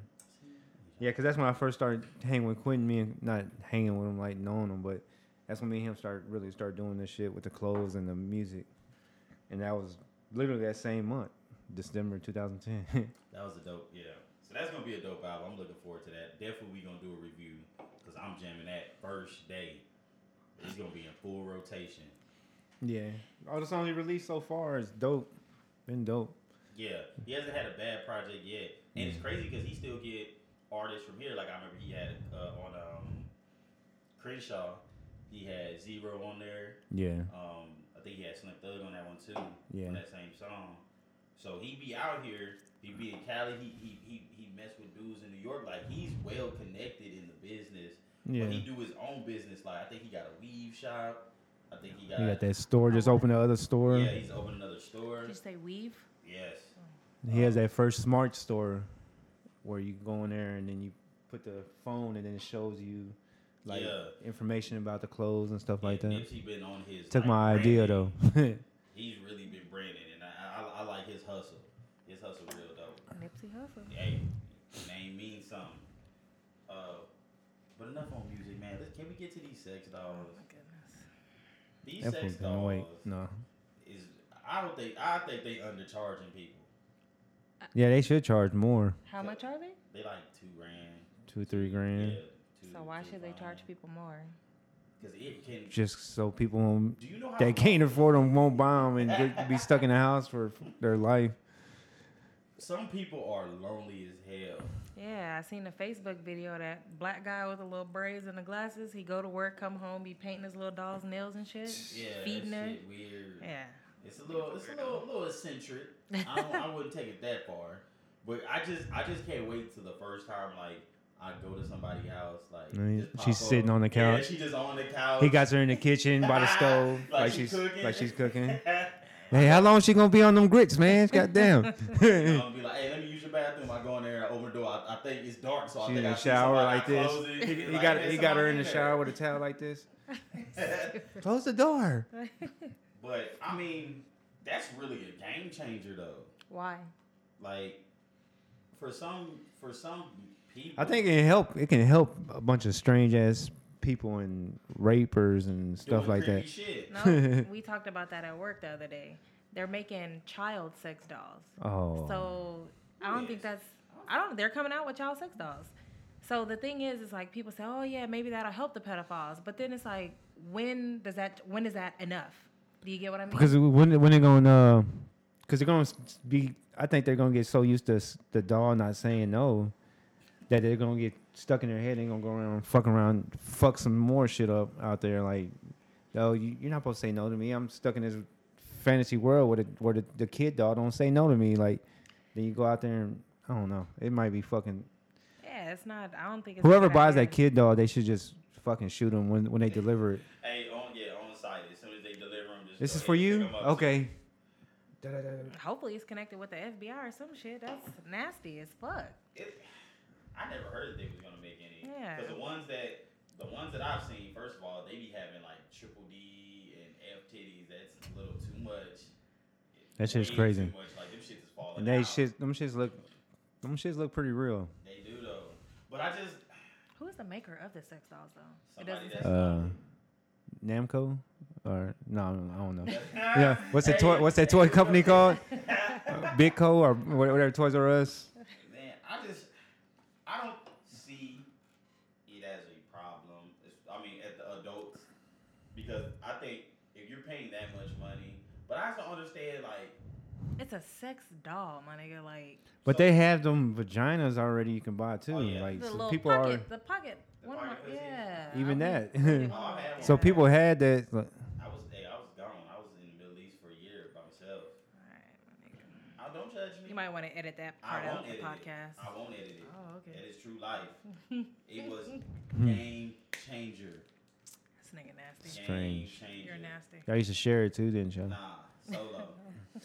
Yeah, because that's when I first started hanging with Quentin. Me and not hanging with him, like knowing him, but that's when me and him started really start doing this shit with the clothes and the music, and that was literally that same month, December 2010. That was a dope, yeah. So that's gonna be a dope album. I'm looking forward to that. Definitely we gonna do a review because I'm jamming that first day. It's gonna be in full rotation. yeah, all Oh, the songs he released so far is dope. Been dope. Yeah, he hasn't had a bad project yet, and it's crazy because he still get artists from here. Like I remember he had uh, on um, Crenshaw, he had Zero on there. Yeah, Um, I think he had Slim Thug on that one too. Yeah. on that same song. So he be out here, he be in Cali, he he he, he mess with dudes in New York. Like he's well connected in the business. Yeah. But he do his own business. Like I think he got a weave shop. I think he got, He got that store. Just opened the other store. um, Yeah, he's opened another store. Did you say weave? Yes. He um, has that first smart store where you go in there and then you put the phone and then it shows you like Yeah. information about the clothes and stuff like that. Nipsey been on his Took like, my idea branding. though. He's really been branding and I, I I like his hustle. His hustle real dope. Nipsey Hussle. Hey, name means something. Uh but enough on music, man. Let's, can we get to these sex Oh dolls? my goodness. These that sex fool's gonna dolls wait. No. is I don't think I think they undercharging people. Yeah, they should charge more. How much are they? They like two grand. Two, three Yeah. grand. two, So why should they charge people more? Because it can. Just so people won't, Do you know how? that can't afford them won't buy them and get, be stuck in the house for their life. Some people are lonely as hell. Yeah, I seen a Facebook video of that black guy with the little braids and the glasses. He go to work, come home, be painting his little doll's nails and shit, Yeah, feeding that her. shit weird. Yeah, It's a little, it's a little, little eccentric. I, don't, I wouldn't take it that far, but I just, I just can't wait till the first time like I go to somebody's house like Mm, just pop she's up. sitting on the Yeah, couch. she just on the couch. He got her in the kitchen by the stove, Like like, she she's cooking. like she's cooking. Hey, how long she gonna be on them grits, man? Goddamn. I'm gonna be like, hey, let me use your bathroom. I go in there, I open the door. I, I think it's dark, so I She think in I the see shower somebody, I like this. close it. He, It's he like, got man, he got her somebody in the there. shower with a towel like this. Close the door. but I mean, that's really a game changer, though. why? Like for some, for some people, I think it help. It can help a bunch of strange ass people and rapers and doing stuff like creepy that. Shit. No, we talked about that at work the other day. They're making child sex dolls. Oh, So I don't think that's. I don't. They're coming out with child sex dolls. So the thing is, is like people say, oh yeah, maybe that'll help the pedophiles. But then it's like, when does that? When is that enough? Do you get what I mean? because when when they gonna? uh, Because they're gonna s- be. I think they're gonna get so used to s- the doll not saying no that they're gonna get stuck in their head. They're gonna go around fuck around, fuck some more shit up out there. Like, oh, you, you're not supposed to say no to me. I'm stuck in this fantasy world where the where the, the kid doll don't say no to me. Like, then you go out there and I don't know. It might be fucking yeah, it's not. I don't think it's. a Whoever good buys that idea. kid doll, they should just fucking shoot them when, when they deliver it. Hey, on yeah, on site as soon as they deliver them, just This go is ahead for and pick you? 'em up. Okay. Hopefully, it's connected with the FBI or some shit. That's nasty as fuck. It, I never heard that they was gonna make any. Yeah. Because the ones that the ones that I've seen, first of all, they be having like triple D and F titties. That's a little too much. That shit's Way crazy. Too much. Like them shits is falling. And they out. shit, them shits look, them shits look pretty real. They do though. But I just Who is the maker of the sex dolls though? It somebody that's doesn't. say. Uh, Namco, or no, I don't know. Yeah, what's that toy? What's that toy company called? Bitco or wha- whatever Toys R Us. man, I just I don't see it as a problem. It's, I mean, at the adults, because I think if you're paying that much money, but I also understand like It's a sex doll, my nigga. Like But they have them vaginas already. You can buy too. Oh, yeah. Like the so little people pocket, are. the pocket. The one of my- pocket pussy. yeah. Even I that. really Oh, want I one. had So one. people had that. Like, I was hey, I was gone. I was in the Middle East for a year by myself. Alright, my nigga. Mm. I don't judge me. You might want to edit that I part out of won't the edit podcast. it. I won't edit it. Oh, okay. That is true life. It was Hmm. game changer. This nigga nasty. Game Strange. changer. You're nasty. I used to share it too, didn't you? Nah, solo.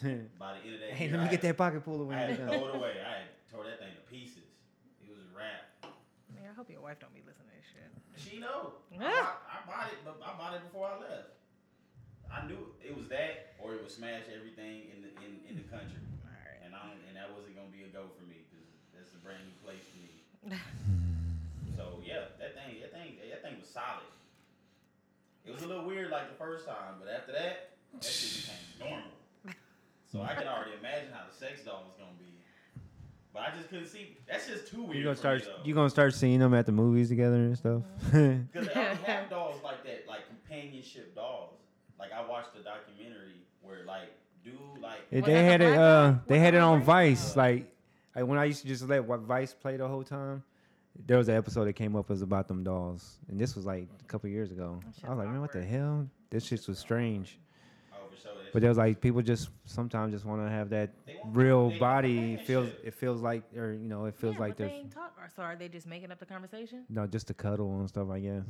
By the end of that hey, year, let I me had- get that pocket pull I away. had to throw it away. I had tore that thing to pieces. It was a wrap. Man, I hope your wife don't be listening to this shit. She know. I, Ah. bought, I bought it, but I bought it before I left. I knew it, it was that, or it would smash everything in the in, in the country. Alright. And I don't- and that wasn't gonna be a go for me because that's a brand new place for me. So yeah, that thing, that thing, that thing was solid. It was a little weird like the first time, but after that, that shit became normal. So I can already imagine how the sex doll was gonna be. But I just couldn't see. That's just too weird. You gonna for start? Me, though. You gonna start seeing them at the movies together and stuff? Because they already have dolls like that, like companionship dolls. Like I watched a documentary where like dude like If Was they that the had it. black Uh, one? they Was had that it the on black Vice. Like, like when I used to just let what Vice play the whole time. There was an episode that came up was about them dolls, and this was like a couple years ago. shit's I was like, man, what the awkward. hell? This shit was strange. oh for sure. That's- But there was like people just sometimes just want to have that They want- real they want body. that feels shit. it feels like or you know it feels yeah, like but they there's ain't talk. or- So are they just making up the conversation? no just the cuddle and stuff. I guess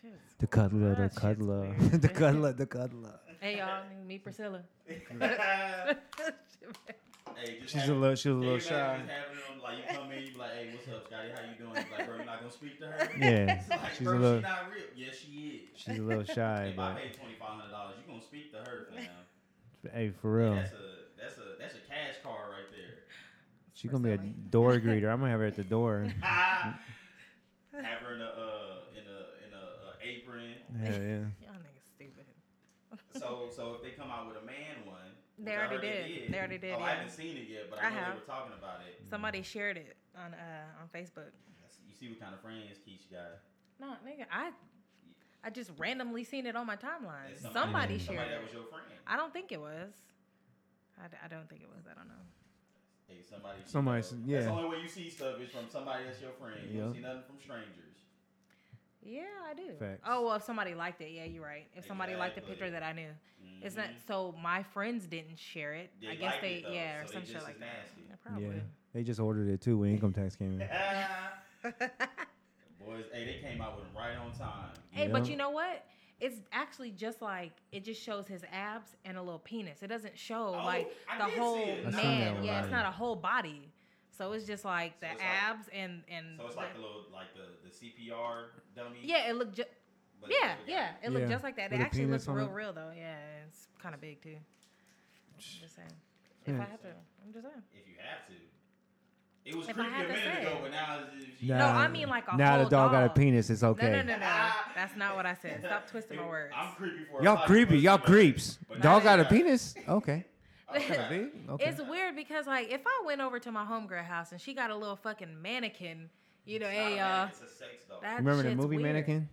Shit. the cuddler, That the shit's cuddler, weird. the cuddler, the cuddler. Hey y'all, meet Priscilla. hey, just She's a having- little she was Can you imagine just a little shy. having them, like you come in, you be like, "Hey, what's up, Scotty? How you doing?" He's like, "Bro, you not gonna speak to her?" Yeah, It's like, she's a bro, little she not real. Yeah, she is. she's a little shy. if I But pay twenty five hundred dollars, you gonna speak to her, fam? hey, for real, That's a that's a that's a cash card right there. she gonna be a Personally. door greeter. I'm gonna have her at the door. Ah. Have her in a uh, in a in a uh, apron. Yeah, yeah. Y'all niggas stupid. So so if they come out with a man one, which They I already heard did. They already did, Oh, I yeah. haven't seen it yet, but I, I know have. they were talking about it. Somebody shared it on uh on Facebook. You see what kind of friends Keisha got. No, nigga, I I just randomly seen it on my timeline. And Uh, somebody Somebody shared that it. was your friend. I don't think it was. I, d- I don't think it was. I don't know. Hey, somebody. you Somebody know. s- That's the yeah. only way you see stuff is from somebody that's your friend. You don't Yeah. see nothing from strangers. Yeah, I do. Facts. Oh well, if somebody liked it, yeah, you're right. If somebody liked the picture Exactly. that I knew, it's not. Mhm. So my friends didn't share it. They I guess liked they, it, though, yeah, so or they some just shit like as that. nasty. Yeah, Yeah, probably. they just ordered it too when income tax came in. Ah. Boys, hey, they came out with them right on time. Hey, but Yeah. you know what? It's actually just like it just shows his abs and a little penis. It doesn't show Oh, like I the did see whole it. I seen that man. one, Yeah, it's right. not a whole body. So it's just like So the it's like- abs and and So it's like the little, like the, the CPR dummy. yeah, it looked ju- but yeah, they yeah, got- it looked Yeah, just like that. It with a actually penis looks on real, it. real though. Yeah, it's kind of big too. Just saying. If Yeah. I have to, I'm just saying. If you have to. It was If I creepy had a to minute say. ago, but now it's just, No, I mean like a now whole the dog, got a dog. penis. It's okay. No, no, no, no. That's not what I said. Stop twisting my It- words. I'm creepy for a Y'all pocket creepy. pussy, Y'all but- creeps. but Oh, Dog now got they a penis. Okay. Okay. Kinda big? Okay. It's weird because like if I went over to my homegirl house and she got a little fucking mannequin, you know, It's not a hey man, uh, It's a sex doll. that remember the shit's movie weird. Mannequin?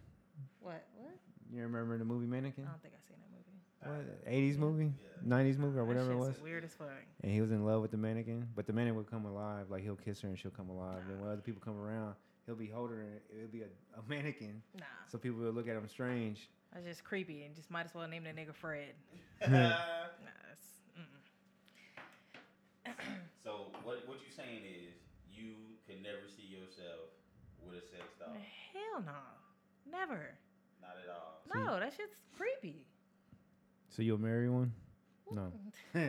What? What? You remember the movie Mannequin? I don't think I seen that movie. What? 80s movie, 90s movie, or Oh, That whatever it was. shit's Weird as fuck. And he was in love with the mannequin, but the mannequin would come alive. Like he'll kiss her and she'll come alive. And when other people come around, he'll be holding her. and It'll be a, a mannequin, Nah, so people will look at him strange. that's just creepy and just might as well name that nigga Fred. Nah, that's, mm-mm. so what what you saying is you could never see yourself with a sex doll. hell no, never. Not at all. No, that shit's creepy. So you'll marry one? No. Oh,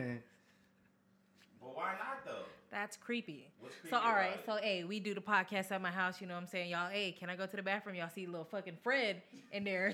But why not though? That's creepy. What's creepy So all right, about so hey, we do the podcast at my house. You know what I'm saying, y'all. Hey, can I go to the bathroom? Y'all see little fucking Fred in there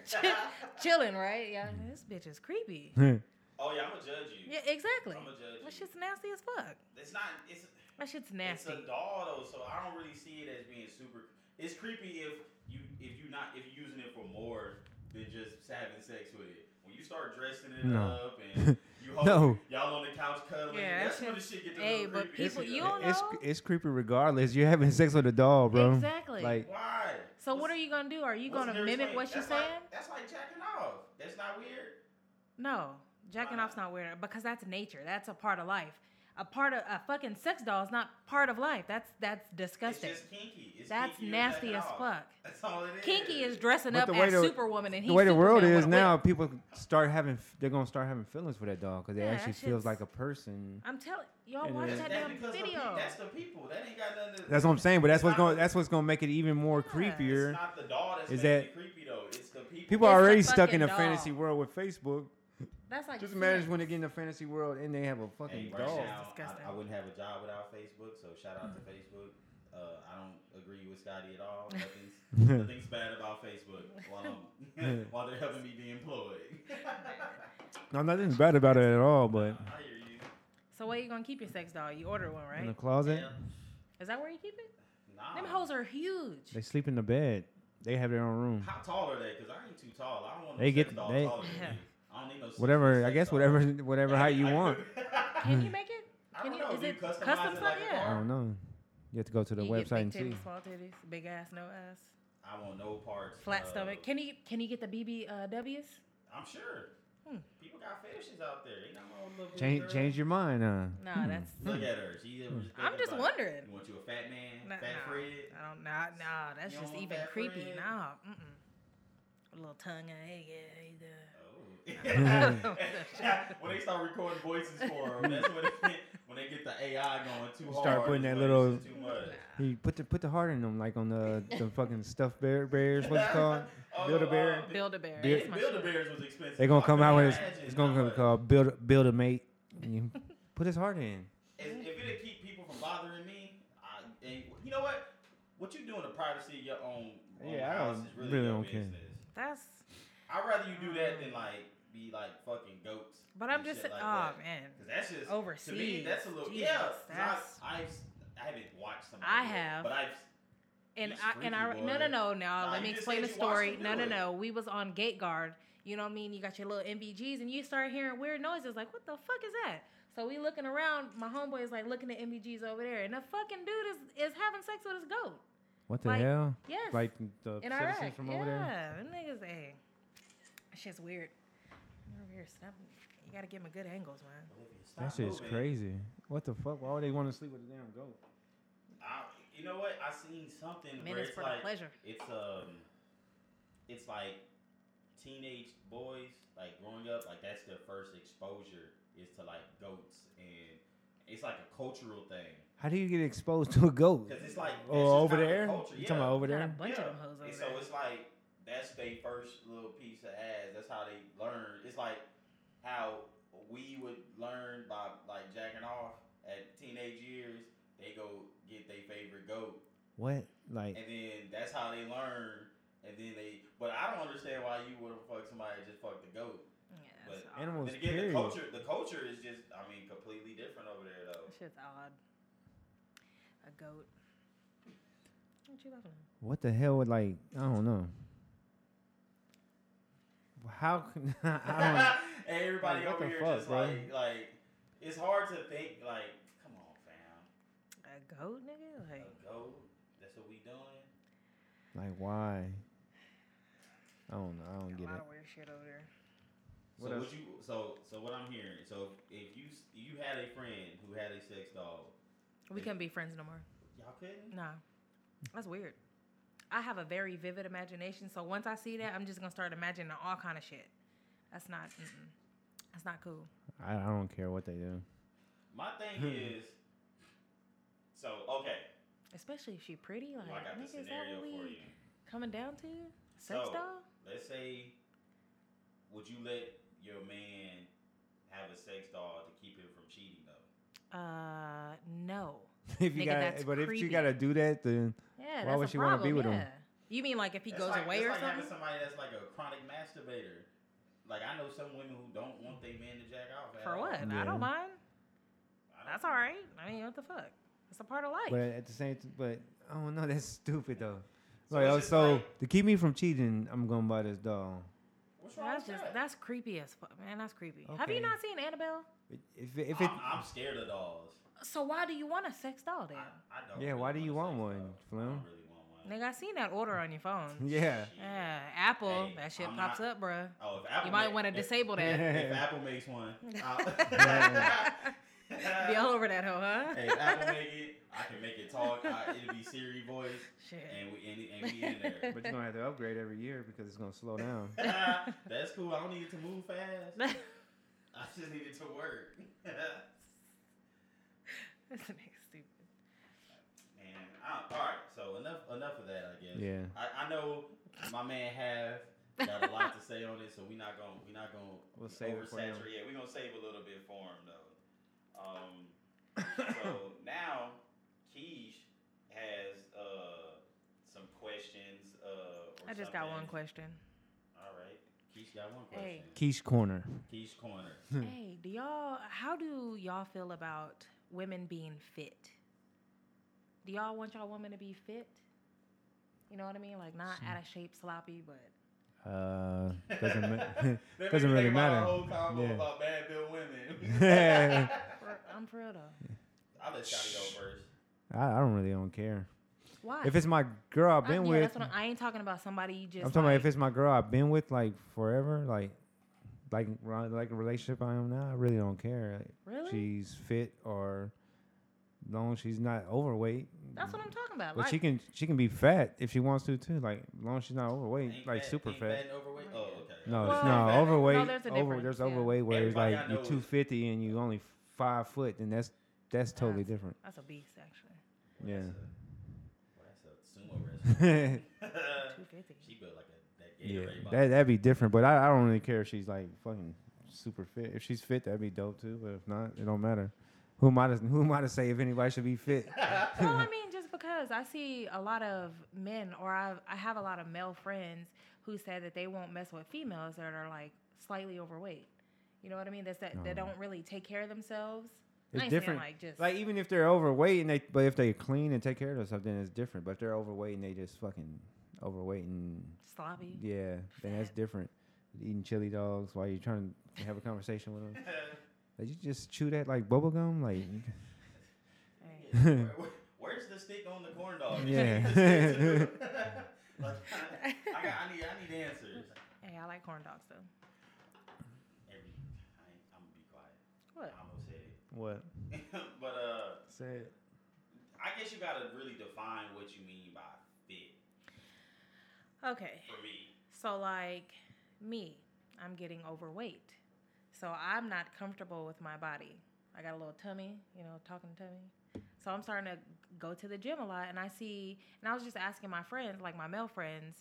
chilling, right? Yeah, Mm-hmm. this bitch is creepy. Oh yeah, I'm gonna judge you. Yeah, exactly. I'ma judge That you. shit's nasty as fuck. It's not. It's That shit's nasty. it's a doll though, so I don't really see it as being super. It's creepy if you if you not if you're using it for more than just having sex with it. When you start dressing it No. up and you hold, No. y'all on the couch cuddling, Yeah, that's that when the shit- shit gets a Hey, little but creepy. people- you you know? don't it's know. it's creepy regardless. You're having sex with a doll, bro. Exactly. Like why? so what What's- are you gonna do? Are you what's gonna there mimic explain? what she's That's like- saying? That's like jacking off. That's not weird. No, jacking Why? off's not weird because that's nature. That's a part of life. A part of a fucking sex doll is not part of life. That's that's It's disgusting. just kinky. It's That's kinky or nasty jacking as off. fuck. That's all it is. Kinky is dressing But up the way as the- Superwoman, and he's the way the world Superman is with a whip. now, people start having they're gonna start having feelings for that dog because it Yeah, that actually feels shit's- like a person. I'm telling y'all, And watch then- that That's damn because the pe- video. that's the people. That ain't got nothing. To, That's what I'm saying, but that's what's It's not- going that's what's gonna make it even more Yeah. creepier. It's not the doll that's Is making that- it creepy though. It's the people. People It's are the already stuck fucking in a doll. fantasy world with Facebook. That's like Just imagine sex. when they get in the fantasy world and they have a Hey, fucking right dog. now, disgusting. Hmm. I, I wouldn't have a job without Facebook. So shout out to Facebook. Uh, I don't agree with Scotty at all. Nothing's, nothing's bad about Facebook. While, I'm, while they're helping me be employed. No, nothing's bad about it at all, but I hear you. So where you gonna keep your sex doll? You order one, in the right? closet, Yeah. Is that where you keep it? Nah. Them hoes are huge. they sleep in the bed. They have their own room. How tall are they? Because I ain't too tall. I don't want no They sex get- doll they- taller than me. I don't need no. Whatever, sex I guess doll. whatever whatever height you want. Can you make it? I Can don't you? know. Is Do you it customize custom? it stuff? like a I yeah. bar? don't know. You have to go to the You get website and big see. titties, small titties, big ass, no ass, I want no parts. flat of- stomach. Can you can you get the BBWs? Uh, Ws? I'm sure. Hmm. People got fetishes out there. They got my own little Change girl. change your mind, huh? No, Hmm. that's Look at her. She ever just Hmm. I'm thinking just about it. wondering. You want you a fat man, no, fat no, Fred? I don't know. No, that's You just don't want even fat creepy. Fred? No, mm-mm. a little tongue. Hey, yeah, hey, yeah. Oh, when they start recording voices for them, that's when they, when they get the AI going too hard. Start putting it's that like, little- this is too much. You put the put the heart in them, like on the the fucking stuffed bear bears. What's it called? Oh, Build a bear. uh, Build a bear. Build- It's my Build a Bears was expensive. They gonna I come out couldn't with it's, imagine it's gonna how be much. called build a- build a mate. And you put his heart in. If, if it'll keep people from bothering me, I, and you know what? What you do in the privacy of your own, own Yeah, I house don't- is really, really your don't care. business. That's. I'd rather you do that than like be like fucking goats. But I'm and just. shit like oh that. man. 'Cause that's just To me, Overseas. that's a little Jesus, yeah. 'cause that's- I, I've, I haven't watched somebody. I do it, have. but I've And He's I, and I freaky, no boy. no no no. Nah, let you me just explain said the you watched story. him No do no it. no. We was on gate guard. You know what I mean? You got your little MBGs, and you start hearing weird noises. Like what the fuck is that? So we looking around. My homeboy is like looking at MBGs over there, and the fucking dude is is having sex with his goat. What the Like, hell? yes. Like the In citizens Iraq. from yeah, over there. them niggas. Hey, that shit's weird. They're Over here, snap. You gotta give him good angles, man. That stop shit is moving. crazy. What the fuck? Why would they want to sleep with a damn goat? I, you know what? I seen something where Minutes it's for the like pleasure. it's um, it's like teenage boys like growing up like that's their first exposure is to like goats and it's like a cultural thing How do you get exposed to a goat? because it's like that's just Oh, over how the there? culture, You yeah. talking about over Got a there? bunch Yeah. of them hoes over and there. so it's like that's their first little piece of ass. That's how they learn. It's like how we would learn by like jacking off at teenage years. They go get their favorite goat, What? Like and then that's how they learn. And then they, but I don't understand why you wouldn't fuck somebody that just fucked the goat. yeah, but- that's odd. animals? Then again, Period. the culture, the culture is just, I mean, completely different over there though. That shit's odd. A goat. What you laughing at? What the hell would like? I don't know. How can I and everybody Like, what over the here fuck, just bro? like, like, it's hard to think. Like, come on, fam. A goat, nigga? Like, A goat? That's what we doing? don't like why? I don't know. I don't a get lot it. of weird shit over there. What so else? what you? So so what I'm hearing? So if you s- you had a friend who had a sex doll, We couldn't be friends no more. y'all couldn't. Nah. That's weird. I have a very vivid imagination, so once I see that, I'm just gonna start imagining all kind of shit. That's not, mm-mm. that's not cool. I, I don't care what they do. My Hmm. thing is, so okay, Especially if she pretty, like, well, I got nigga, the is that scenario what for we you. coming down to? Sex So- doll? Let's say, would you let your man have a sex doll to keep him from cheating though? Uh, no. if you Nigga, gotta, that's but if creepy. you gotta do that, then Yeah, Why that's would a she wanna problem. be with him? yeah. You mean like if he That's goes like, away that's or like something? having somebody that's like a chronic masturbator. Like I know some women who don't want their man to jack off. at For all. what? I I Yeah. don't mind. don't- That's all right. I mean, what the fuck? It's a part of life. but at the same, t- but I don't know. That's stupid though. So like, it's oh, just so like- to keep me from cheating, I'm gonna buy this doll. What's wrong that's with just that? that's creepy as fuck, man. That's creepy. Have you Okay. not seen Annabelle? If if it, I'm, I'm scared of dolls. So why do you want a sex doll then? I, I don't. Yeah, really why do you wanna want sex one, doll. I Flim? don't really want one. Nigga, I seen that order on your phone. yeah, Shit. Yeah, Apple, Hey, that shit I'm pops not- up, bruh. Oh, if Apple You might ma- want to if- disable that. If yeah, Apple makes one, Be all I'll over that hoe, huh? Hey, if Apple make it, I can make it talk. I, it'll be Siri voice, shit. and we and, and we in there. but you're gonna have to upgrade every year because it's gonna slow down. That's cool. I don't need it to move fast. I just need it to work. Man, This nigga stupid. I, all right. So enough enough of that, I guess. Yeah. I, I know my man have got a lot to say on it, so we not gonna we not gonna We'll save it for him. oversaturate. Yeah, we gonna save a little bit for him though. Um, so now Keish has uh some questions. Uh, or I just got something. one question. All right, Keish got one Hey. question. Quiche corner. Keish corner. Hmm. hey, do y'all? How do y'all feel about women being fit? Do y'all want y'all women to be fit? You know what I mean? Like not out of shape, sloppy, but Uh, doesn't ma- That doesn't made me really think about matter. our whole combo Yeah. about bad bill women. for, I'm for real though. I'll let Scotty go first. I, I don't really don't care. Why? If it's my girl I've I, been yeah, with, that's what I'm, I ain't talking about somebody you just. I'm talking about like- if it's my girl I've been with like forever, like like ri- like a relationship I am now, I really don't care. Like, Really? She's fit or long as she's not overweight. That's what I'm talking about. But like, she can she can be fat if she wants to too. Like long as she's not overweight, Ain't like fat- super ain't fat. and overweight. Right. Oh, okay. No, Well, no, there's- overweight. no, there's a over, difference, there's yeah. overweight where it's Everybody like I you're know is- 250 and you only five foot, and that's that's totally That's- different. That's obese, actually. Yeah. Well, that's a sumo wrestler. yeah, Two fifty. she built like a that Gatorade body. that that'd be different. But I, I don't really care if she's like fucking super fit. If she's fit, that'd be dope too. But if not, it don't matter. Who am I to who am I to say if anybody should be fit? well, I mean, just because I see a lot of men, or I, I have a lot of male friends who say that they won't mess with females that are like slightly overweight. You know what I mean? That's that they don't really take care of themselves. I It's ain't different. Saying, like just Like e even if they're overweight and they, but if they clean and take care of themselves, then it's different. But if they're overweight and they just fucking overweight and sloppy. yeah, then that's different. Eating chili dogs while you're trying to have a conversation with them. Did you just chew that like bubble gum? Like Hey. Yeah, where- where- where's the stick on the corn dog? Did you Yeah. eat the sticks? like, I, I, got, I need I need answers. Hey, I like corn dogs though. Every, I, ain't- I'm gonna be quiet. What? I almost said it. what? but uh, Say it. I guess you gotta really define what you mean by fit Okay. for me. So, like me, I'm getting overweight. So, I'm not comfortable with my body. I got a little tummy, you know, talking tummy. So, I'm starting to go to the gym a lot. And I see, and I was just asking my friends, like my male friends,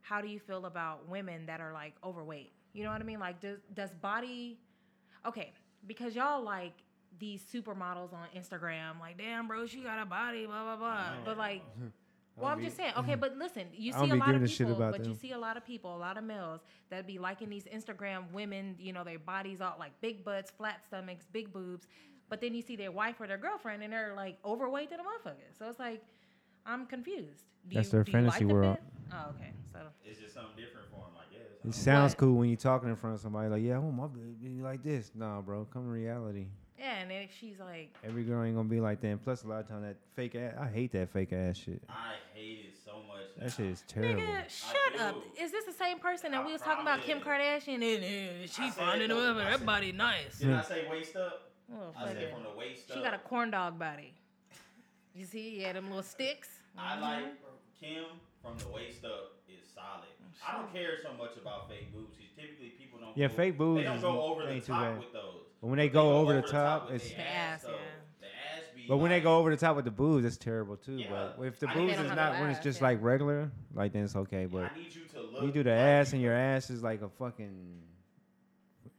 how do you feel about women that are like overweight? You know what I mean? Like, does, does body, okay, because y'all like these supermodels on Instagram, like, damn, bro, she got a body, blah, blah, blah. But, like, well, I'm just saying. Okay, but listen, you I don't see a be lot giving of a shit people, about but you them. see a lot of people, a lot of males that be liking these Instagram women. You know, their bodies all like big butts, flat stomachs, big boobs. But then you see their wife or their girlfriend, and they're like overweight to the motherfucker. So it's like, I'm confused. Do That's you, their do fantasy you like the world. fit? Oh, okay. So It's just something different for him, I guess. I It don't- sounds But- cool when you're talking in front of somebody. Like, yeah, I want my baby to be like this. Nah, bro, come to reality. yeah, and if she's like, Every girl ain't gonna be like that. And plus, a lot of time that fake ass. I hate that fake ass shit. I hate it so much. now. That shit is terrible. nigga, shut up. do. Is this the same person that I we was talking about Kim promise. Kardashian and uh, I she said finding no. whoever I that said- body nice? Did I say waist up? Oh, I fuck said it. from the waist She up. got a corn dog body. You see, yeah, them little sticks. I like Kim from the waist up is solid. I don't care so much about fake boobs. 'cause Typically, people don't. Yeah, go, fake boobs They don't is- go over the ain't too top bad. with those. But when they go over the top, with it's- their The ass, though. yeah. The ass be But when they like- go over the top with the booze, it's terrible too. Yeah. But if the I think booze they is don't have not no when it's ass, just yeah. like regular, like then it's okay. But I need you to look. you do the like ass, you- and your ass is like a fucking.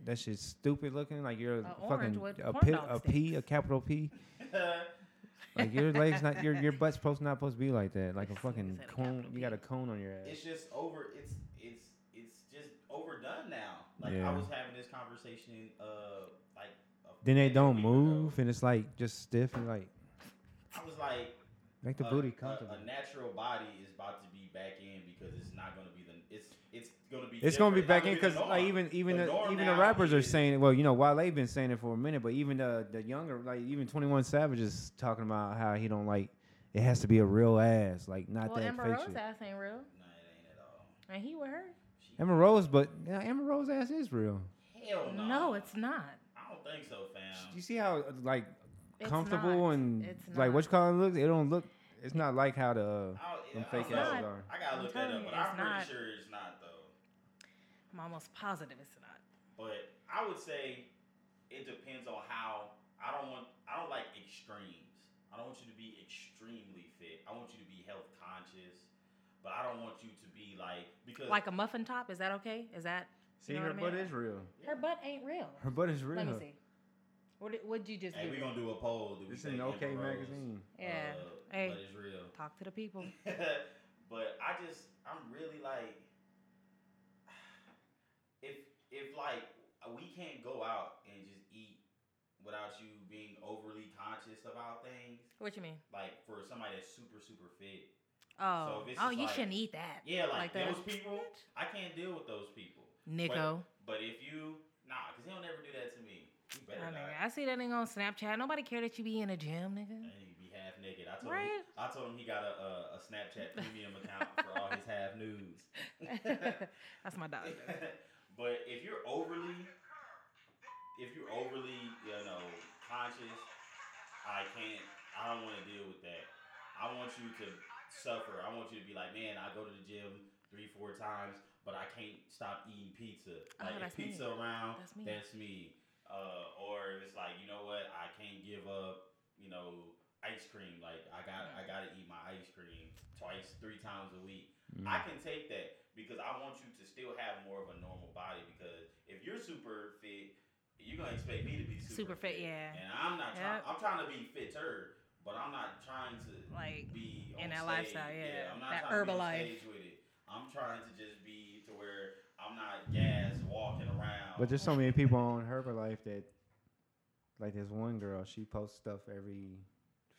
That shit's stupid looking. Like you're a orange fucking with a, corn pi- dog a P, a capital P. Like your legs not your your butt's supposed not supposed to be like that. Like a fucking said a cone. capital You P. got a cone on your ass. it's just over. It's it's it's just overdone now. Like Yeah. I was having this conversation. Uh, like. a- Then they maybe a don't week ago. move, and it's like just stiff and like I was like, make the a- booty a- comfortable. A, natural body is about to be back in because it's not going to be the it's it's going to be It's gonna be different. back in It's not because gonna like be even even the, the, norm. even the norm now rappers are is- saying it. Well, you know, Wale been saying it for a minute, but even the the younger like even Twenty One Savage is talking about how he don't like it has to be a real ass, like not well, that Amber fake Rose shit. ass ain't real, Nah, it ain't at all. and he with her. Amber Rose, but yeah, Amber Rose ass is real. Hell Oh, no. No, it's not. I don't think so, You fam. see how like It's comfortable not. and It's like not. what you call it looks. It don't look. It's not like how the uh, I don't- them I fake don't know. asses not. are. I gotta I'm look telling that up, you, but it's I'm pretty not. sure it's not though. I'm almost positive it's not. But I would say it depends on how. I don't want. I don't like extremes. I don't want you to be extremely fit. I want you to be health conscious, but I don't want you to be like because Like a muffin top, is that okay? Is that See, you know her what I butt mean? is real. Her butt ain't real. Her butt is real. Let me see. What did what'd you just Hey, do? we're gonna do a poll. Do we It's take in Amber OK Rose? magazine. Yeah. Uh, Hey. But it's real. Talk to the people. but I just, I'm really like, if if like we can't go out and just eat without you being overly conscious about things. What you mean? Like for somebody that's super super fit, Oh, So this oh, is you like- shouldn't eat that. yeah, like, that. those people, I can't deal with those people. But- Nico. But, if you, nah, cause he'll never do that to me. You Oh, better nigga, not. I see that nigga on Snapchat. Nobody care that you be in a gym, nigga. And he'd be half naked. I told him. Right? I told him he got a, a, a Snapchat premium account for all his half nudes. That's my dog. though. but if you're overly, if you're overly, you know, conscious, I can't. I don't want to deal with that. I want you to suffer. I want you to be like, man, I go to the gym three, four times, but I can't stop eating pizza. Oh, Like, if that's me. pizza around, That's me. that's me. Uh, or if it's like, you know what, I can't give up, you know, ice cream. Like, I got, I got to eat my ice cream twice, three times a week. I Mm. can take that because I want you to still have more of a normal body. Because if you're super fit, you're gonna expect me to be super, Super fit, yeah. And I'm not. Try- Yep. I'm trying to be fitter, but I'm not trying to Like, be in on that stage. lifestyle, yeah. I'm not trying to be That on Herbalife. stage with it. I'm trying to just be to where I'm not gas walking around. But there's so many people on Herbalife that, like this one girl, she posts stuff every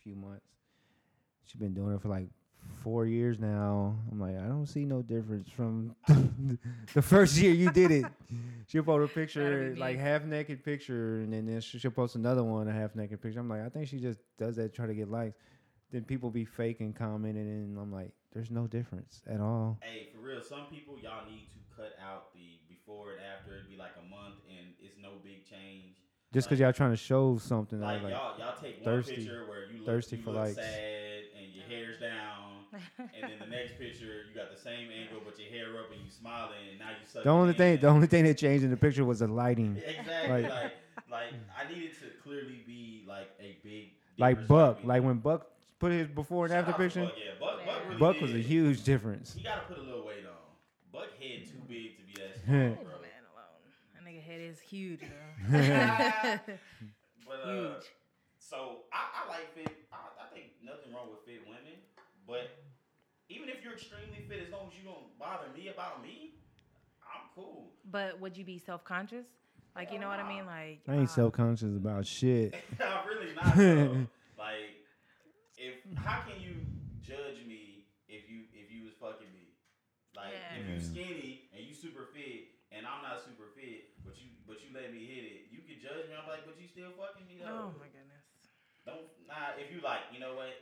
few months. She's been doing it for like four years now. I'm like, I don't see no difference from the first year you did it. She'll post a picture, That'll be like me. half naked picture, and then she- she'll post another one, a half naked picture. I'm like, I think she just does that to try to get likes. Then people be faking commenting, and I'm like, there's no difference at all. Hey, for real, some people y'all need to cut out the before and after. It'd be like a month, and it's no big change. Just because y'all trying to show something, Like, like, like y'all, y'all take one thirsty- picture where you look, thirsty you for look likes. sad and your hair's down, and then the next picture you got the same angle but your hair up and you smiling and now you suck. The only it thing, in. the only thing that changed in the picture was the lighting. exactly like, like- like I needed to clearly be like a big Like difference Buck, between- like when Buck put his before and Shout after out to picture, Buck, yeah, Buck, Buck, Yeah. really Buck was a did. huge difference. He got to put a little weight on. Buck head too big to be that small, Leave bro. a man alone. That nigga head is huge, bro. Huge. But uh, huge. So I, I like fit. I, I think nothing wrong with fit women, but even if you're extremely fit, as long as you don't bother me about me, I'm cool. But would you be self conscious? Like, you know what I mean? Like, I ain't uh, self conscious about shit. I'm really not. though. like, if how can you judge me if you if you was fucking me? Like, if you Yeah. skinny and you super fit and I'm not super fit, but you but you let me hit it, you can judge me. I'm like, but you still fucking me Oh though. my goodness. Don't nah. If you like, you know what?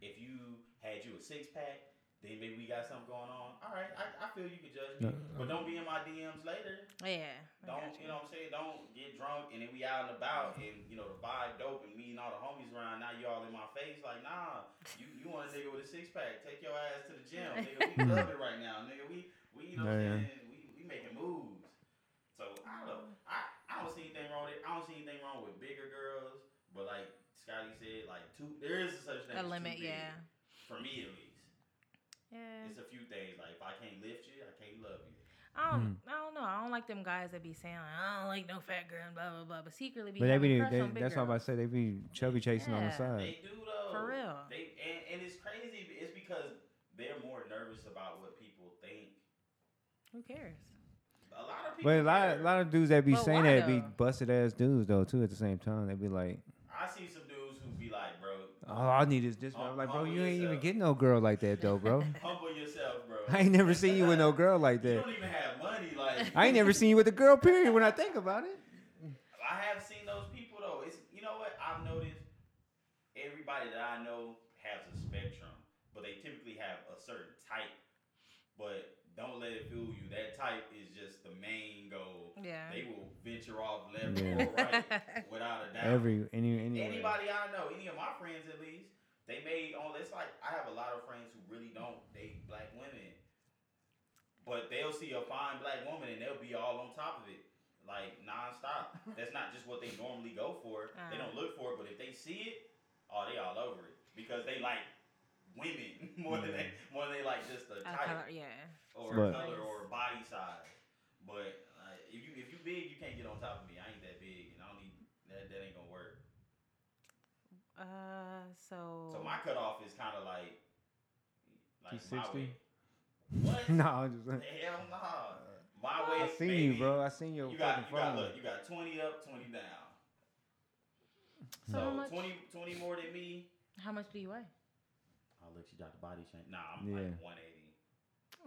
If you had you a six pack, then maybe we got something going on. All right, I, I feel you could judge me, No. but don't be in my DMs later. Yeah. I Don't got you know what I'm saying? Don't get drunk and then we out and about and you know the vibe dope and me and all the homies around. Now you all in my face like nah. You you want a nigga with a six pack? Take your ass to the gym, nigga. We love it right now, nigga. We we you know what Yeah, I'm yeah. saying? We we making moves. So I don't I, I don't see anything wrong with it. I don't see anything wrong with bigger girls, but like Scotty said, like two there is such thing as A too limit, big. yeah. For me at least, Yeah. it's a few things like if I can't lift you, I can't love you. I don't, Hmm. I don't know. I don't like them guys that be saying like, I don't like no fat girl and blah blah blah, but secretly be But they having be, a crush they, on big that's girls. why I say they be chubby chasing on the Yeah. side. They do though. For real. They and, and it's crazy. It's because they're more nervous about what people think. Who cares? A lot of people. But a lot, a care. lot of dudes that be But saying why that be though? busted ass dudes though too. At the same time, they be like, I see some dudes who be like, bro, "Oh, I need is this." I'm like, "Bro, you ain't even getting no girl like that though, bro. humble yourself, bro. I ain't never seen you with no girl like You that. don't even have money. Like I ain't never seen you with a girl. Period. When I think about it, I have seen those people though. It's you know what I've noticed. Everybody that I know has a spectrum, but they typically have a certain type. But don't let it fool you. That type is just the main goal. Yeah. They will venture off left or Yeah. right without a doubt. every any any. Anybody I know, any of my friends at least, they may on. It's like I have a lot of friends who really don't date black women, but they'll see a fine black woman and they'll be all on top of it, like nonstop. That's not just what they normally go for. They don't look for it, but if they see it, oh, they all over it because they like women more than they more than they like just a A type color, yeah. or Right. color or body size. But uh, if you if you big, you can't get on top of me. I ain't that big, and I don't need that. That ain't gonna work. Uh, so. So my cutoff is kind of like like my 260? weight. What? No, I'm just saying. Hell no. My I weight. seen baby. you, bro. I seen your You got you fucking got phone. look. You got twenty up, twenty down. So So, how much- 20, 20 more than me. how much do you weigh? I'll let you got the body change. Nah, I'm Yeah. like one eighty.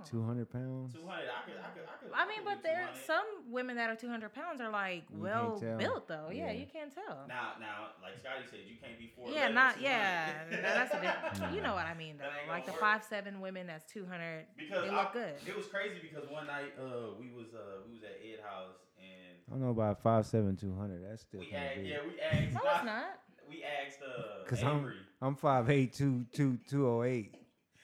Two hundred pounds. Two hundred. I could. I could. I could. I mean, could do but there 200. some women that are 200 pounds are like You can't well tell. built though. Yeah, Yeah. you can't tell. Now, now, like Scotty said, you can't be four. yeah, not yeah. Now That's a different. you know what I mean That ain't though. Like the gonna work. five seven women that's 200. Because They I- look good. It was crazy because one night uh, we was uh, we was at Ed house and I don't know about five seven two hundred. That's still we kinda asked big. yeah we asked No, it's not. we asked uh Cause Avery. I'm I'm five eight two two two oh eight.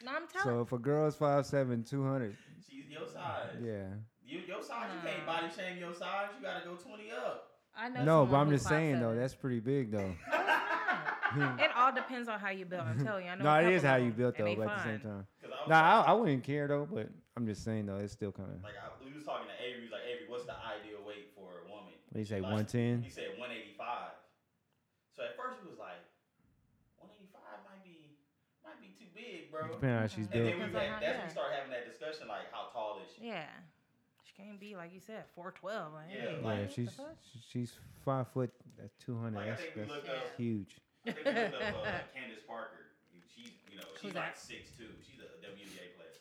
No, I'm So telling. if a girl's five seven two hundred, She's your size. yeah. You, your size, you can't body shame your size. You gotta go twenty up. I know. No, someone but I'm who's just saying though, 5'7". that's pretty big though. It all depends on how you built. I'm telling you. I know no, a it is couple how of you them, built and though, they but at the same fine. time. Cause I was Nah, I, I wouldn't care though, but I'm just saying though, it's still kind of. like, I, we was talking to Avery. He was like, Avery, what's the ideal weight for a woman? What do you say, Like, 110? He said 185. So at first he was like, 185 might be might be too big, bro. Depending on how she's And built. then we Depends was on at- that's how- when yeah. we started having that discussion, like how tall is she? Yeah, she can't be like you said, four twelve. Like, Yeah, hey, Yeah, like- what the she's fuck? she's five foot. That's two hundred. Like, I That's, think we that's looked up- huge. I think we looked up, uh, Candace Parker. She's you know she's Who's like that? six two. She's a WNBA player.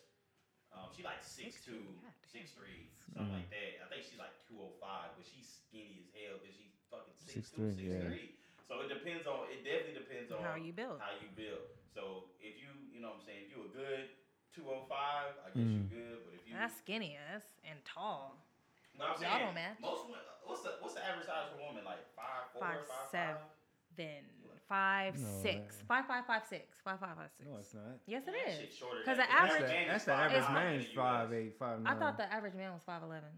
Um, she like six two, 6'2", God damn. six three, something like that. I think she's like two oh five, but she's skinny as hell because she's fucking six two, 6'3", six yeah. three. So it depends on. It definitely depends on How you built. How you build. So if you you know what I'm saying if you a good two oh five, I guess you good. But if you That's skinny ass and tall. no, I'm y'all saying, don't match. Most women, what's the what's the average size for a woman like five four Five, five five? seven. Then five No, six, that- five five five six, five five five six. not. Yes, it That is. shit shorter 'Cause than- the That's, average- man the- is that's the average 5'9" in man the is five US. eight five I nine. thought the average man was five eleven.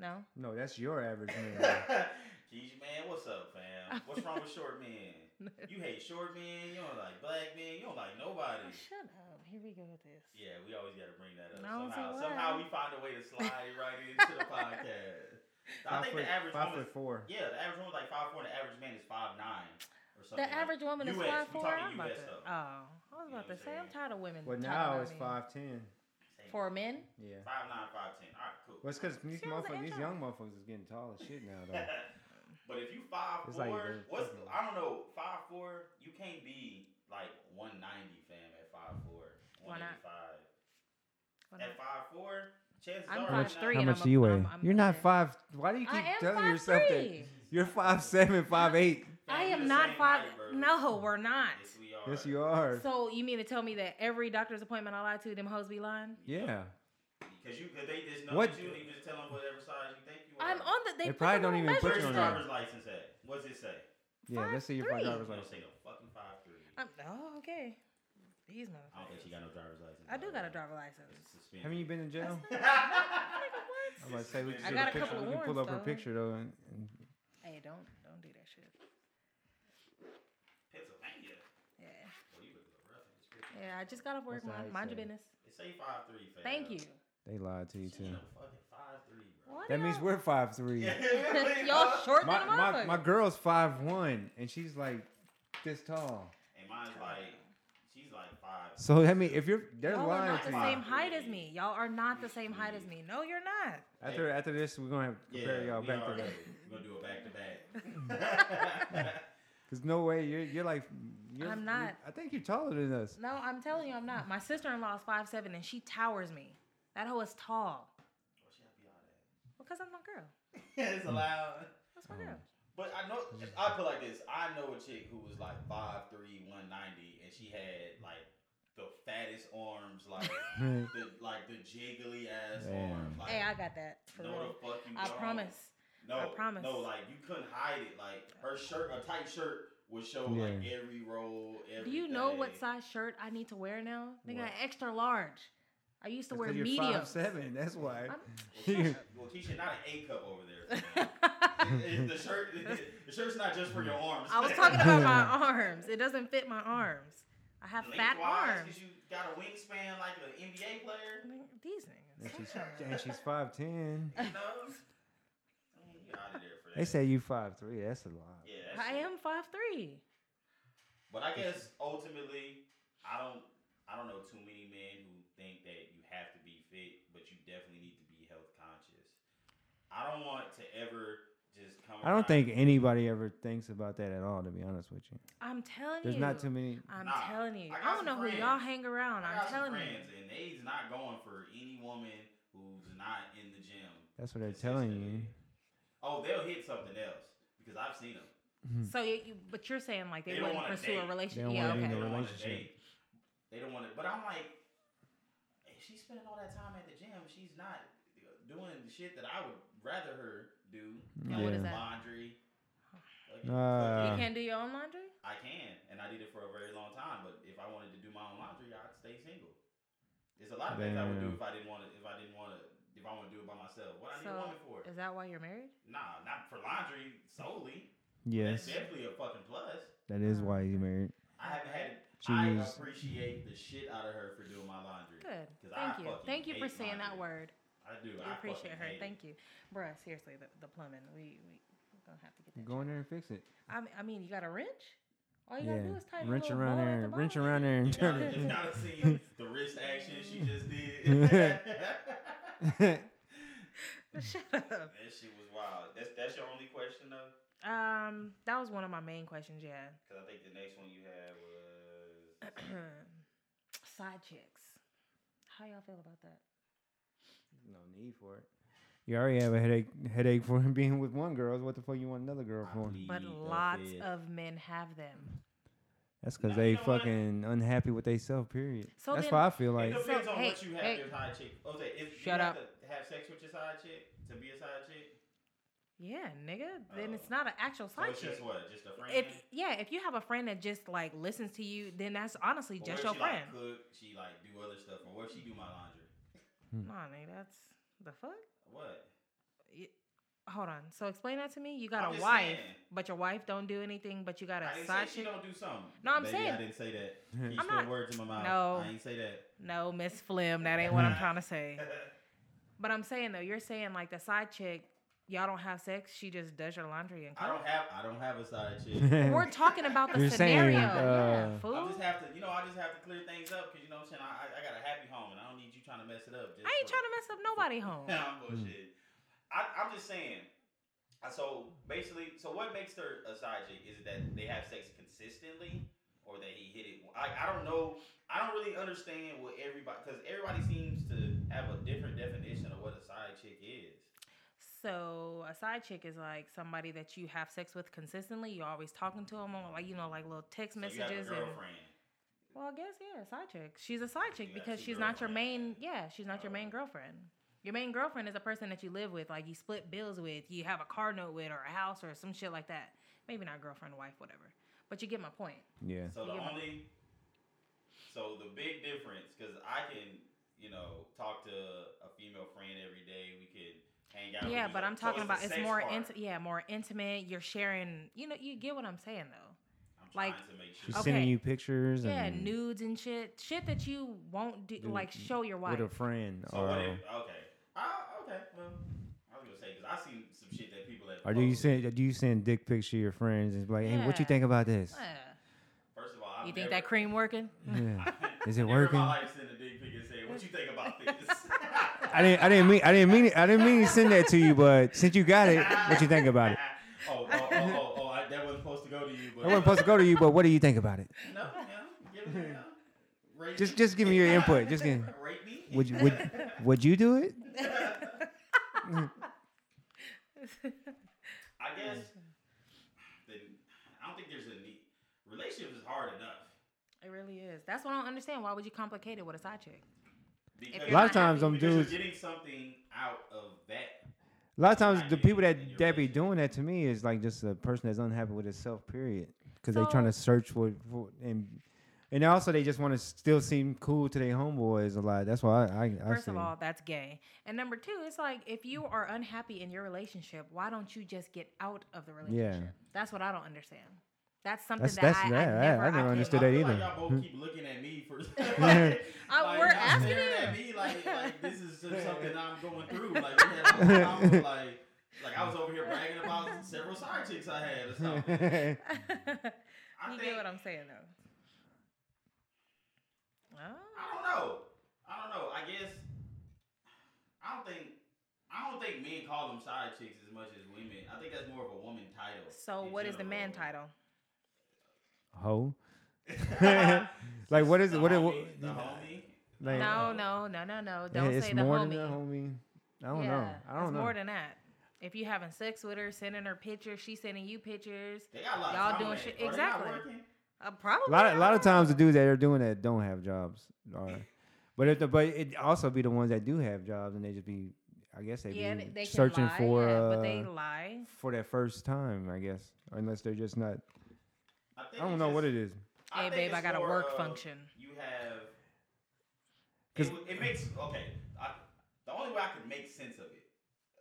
No, No, that's your average man. Keisha, man, what's up, fam? What's wrong with short men? You hate short men. You don't like black men. You don't like nobody. shut up. Here we go with this. Yeah, we always got to bring that up. I don't see Somehow, why. somehow we find a way to slide it right into the podcast. I Five think foot- the average five woman, foot four. yeah, the average woman like five four, and the average man is five nine or something. The like- average woman is US, five we four. talking I'm about US to. stuff. Oh, I was You know what about to I'm say. I'm saying? tired of women. Well, talking now about it's me. five ten. Same. for men. Yeah. Five nine, five ten. All right, cool. Well, it's because She was these an motherfuckers, these intro. young motherfuckers, is getting tall as shit now though. But if you five It's four, like the- what's I don't know five four. You can't be like one ninety fam at five four. Why not? 185. Why At five four, chances I'm are How much- it's not- three How and much I'm do a- you weigh? I'm- I'm You're not thin. five. Why do you I keep am telling yourself that 5'3". you're five seven, five eight? I Fam, we am the not same five. height, bro. No, we're not. Yes, we are. Yes, you are. So you mean to tell me that every doctor's appointment I lie to, them hoes be lying? Yeah. Because you, cause they just know What- what? you, and you just tell them whatever size you think you are. I'm on the. They, They probably don't even put Where's you your on there. there. driver's license at? What's it say? Yeah. Let's say your five 5'3". driver's It don't license. say no fucking five three. Oh, okay. These I don't think she motherfuckers. got no driver's license. I do got a driver's. driver license. Suspended. Haven't you been in jail? What? I'm about to say we can, I see got a the picture. couple we of can pull warrants, up her though. picture though. And, and Hey, don't don't do that shit. Pennsylvania? Yeah, Well, you look rough in this picture. yeah. I just got off work. That's how Mind, mind your you say it. business. It say five three. Fam. Thank you. they lied to you She too. no fucking five three, bro. Why That do means y'all- we're five three. y'all short My, than a my motherfucker. my girl's five one and she's like this tall. And mine's like, she's like five. So I mean, if you're they're Y'all are lying Oh, not to the you. same height as me. Y'all are not the same height as me. No, you're not. After after this, we're gonna have to compare y'all we back to already- that. We're gonna do a back Oh, to back. Cause no way you're you're like you're, I'm you- not. I think you're taller than us. No, I'm telling you, I'm not. My sister in law is five seven, and she towers me. That hoe is tall. Because I'm my girl. It's allowed. That's my Uh-huh. girl. But I know I feel like this. I know a chick who was like 5'3", 190, and she had like the fattest arms, like the like the jiggly ass Damn. arms. Like, Hey, I got that. For no, real. the fuck you I don't. promise. No, I promise. No, like you couldn't hide it. Like her shirt, a tight shirt would show like every roll. Do you know what everything. size shirt I need to wear now? Nigga, extra large. I used to wear you're medium. five seven. That's why. Well, Keisha, not an A cup over there. It- it- the shirt, it- the shirt's not just for your arms. I was talking about my arms. It doesn't fit my arms. I have fat arms. Cause you got a wingspan like an NBA player. Nigga, These and niggas. she's and she's five ten. You know, I mean, you out of there for that. They say you five three. That's a lot. yeah, that's I it. am five three. But I guess ultimately, I don't, I don't know too many men who think that you have to be fit, but you definitely need to be health conscious. I don't want to ever just come. I don't around- think anybody ever thinks about that at all. To be honest with you, I'm telling there's you. not too many. I'm Nah, telling you. I I, got don't know some who y'all friends. hang around. I I'm got telling some you. friends, and they's not going for any woman who's not in the gym. That's what they're telling you. consistently. Oh, they'll hit something else because I've seen them. So, you, you, but you're saying like they, They don't wouldn't wanna pursue date. a relationship? They don't They Yeah, okay. wanna date. don't want to relationship. date. They don't want to. But I'm like, if she's spending all that time at the gym, she's not doing the shit that I would rather her do. Yeah. What is that? Laundry, Nah. you Uh, can't do your own laundry? I can, and I did it for a very long time. But if I wanted to do my own laundry, I'd stay single. There's a lot of things I would do Damn. if I didn't want to. If I didn't want to. If I want to do it by myself, what I need a woman for? So is that why you're married? Nah, not for laundry solely. That's Yes, definitely a fucking plus. that is why you married. I haven't had. She I was- appreciate the shit out of her for doing my laundry. Good. 'Cause I Thank you. fucking Thank you for hate saying that laundry. word. I do. We I appreciate her. Thank Thank you, bruh. Seriously, the, the plumbing. We we we're gonna have to get that. Go in there and fix it. checked. I mean, I mean, you got a wrench. All you Yeah, gotta do is tighten wrench a little around bolt at there, the wrench bottom. around there, and If y'all, turn if it. y'all seen the wrist action she just did, that Shut up. shit was wild. That's that's your only question though, Um, that was one of my main questions. Yeah. because I think the next one you had was Side chicks. How y'all feel about that? no need for it. You already have a headache headache for being with one girl. so What the fuck you want another girl for? But lots of men have them. That's because No, they you know what? fucking unhappy with themselves. Period. So That's then- why I feel like. It depends So, on hey, what you have hey. your side chick. Oh, say, if Shut you up. Have to have sex with your side chick to be a side chick. Yeah, nigga. Then Oh. it's not an actual So side it's chick. just what, just a friend. If yeah, if you have a friend that just like listens to you, then that's honestly Or what just your if she, friend. Like, cook, she like do other stuff, or what if she do my laundry? Nah, nigga, that's the fuck. What? Y- Hold on. So explain that to me. You got I'm a just wife, saying. but your wife don't do anything. But you got a I didn't say side she chick. don't do something. No, I'm Baby, saying- I didn't say that. I'm You put not- words in my mouth. No. I didn't say that. No, Miss Flim, that ain't what I'm trying to say. But I'm saying though, you're saying like the side chick, y'all don't have sex. She just does your laundry and I cooks. don't have I don't have a side chick. We're talking about the You're saying, scenario. yeah, uh, fool. I just have to, you know, I just have to clear things up because you know what I'm saying. I, I, I got a happy home and I don't need you trying to mess it up. Just I ain't trying to mess up nobody home. I'm bullshit. I, I'm just saying. I- So basically, so what makes her a side chick is it that they have sex consistently, or that he hit it? I, I don't know. I don't really understand what everybody because everybody seems to have a different definition of what a side chick is. So a side chick is like somebody that you have sex with consistently. You're always talking to them on like you know like little text So you messages have a and girlfriend. well, I guess yeah, side chick. She's a side Uh-huh. chick You got because two she's not your main. girlfriends. Yeah, she's not your main Oh. girlfriend. Your main girlfriend is a person that you live with, like you split bills with, you have a car note with, or a house, or some shit like that. Maybe not girlfriend, wife, whatever. But you get my point. yeah. So the You get my- only, so the big difference, because I can, you know, talk to a female friend every day. We can hang out. yeah, we but can- I'm so talking the about it's sex more part. intimate. Yeah, more intimate. You're sharing. You know, you get what I'm saying though. I'm like- trying to make sure. She's Okay. sending you pictures Yeah, and nudes and shit, shit that you won't do, Dude, like show your wife. with a friend. Oh. So or, what if, okay, Ah, okay, well, I was gonna say because I seen some shit that people that. or do you posted. send do you send dick pics to your friends and be like, hey, what you Yeah. think about this? Yeah. First of all, I've You think that never, cream working? Yeah. Is it never in working? my life sent a dick pic and said, "What you think about this?" I didn't I didn't mean I didn't mean it, I didn't mean to send that to you, but since you got it, what you think about it? oh, oh, oh, oh, oh I, that wasn't supposed to go to you. But I wasn't supposed to go to you, but what do you think about it? No, no, give it, no. Rate Just me. just give me your input. Just give Rate me. would you would would you do it? I guess the, I don't think there's a need. Relationship is hard enough. It really is. That's what I don't understand. Why would you complicate it with a side chick? Because, A lot of You're not times them because you're dudes getting something out of that. a lot of times the people that And you're that be racist. doing that to me is like just a person that's unhappy with itself, period. Because they trying So- to search for, for and and also they just want to still seem cool to their homeboys a lot. That's why I I, I First say, of all, that's gay. And number two, it's like if you are unhappy in your relationship, why don't you just get out of the relationship? That's what I don't understand. That's something That's- that that's- I, I yeah, I- never, I never I understood feel that like either. Hmm. y'all both keep looking at me for. like, I- Uh, we're y'all asking staring at him. me like, like this is just something I'm going through. Like, yeah, I was like, like I was over here bragging about several side chicks I had or something. I you think- get what I'm saying, though. Oh, I don't know. I don't know. I guess I don't think I don't think men call them side chicks as much as women. I think that's more of a woman title. so in what is the man general. title? hoe. like what is The it? What, it- homie, what the homie. like, No, no, no, no, no. Don't it's say the more homie. than a homie. I don't know. Yeah, I don't it's know. more than that. If you having sex with her, sending her pictures, she sending you pictures. They got a lot Y'all of doing doing shit- shit. exactly. Uh, probably. a lot, I a lot of don't know. times the dudes that are doing that don't have jobs, or, but if the, but it also be the ones that do have jobs and they just be I guess they yeah, be they, they can searching lie, for yeah, uh, but they lie. for that first time, I guess, unless they're just not. I, think I don't it's know just- what it is. think babe, it's I got a more work of function. You have. 'Cause- It, w- it makes okay. I, the only way I can make sense of it,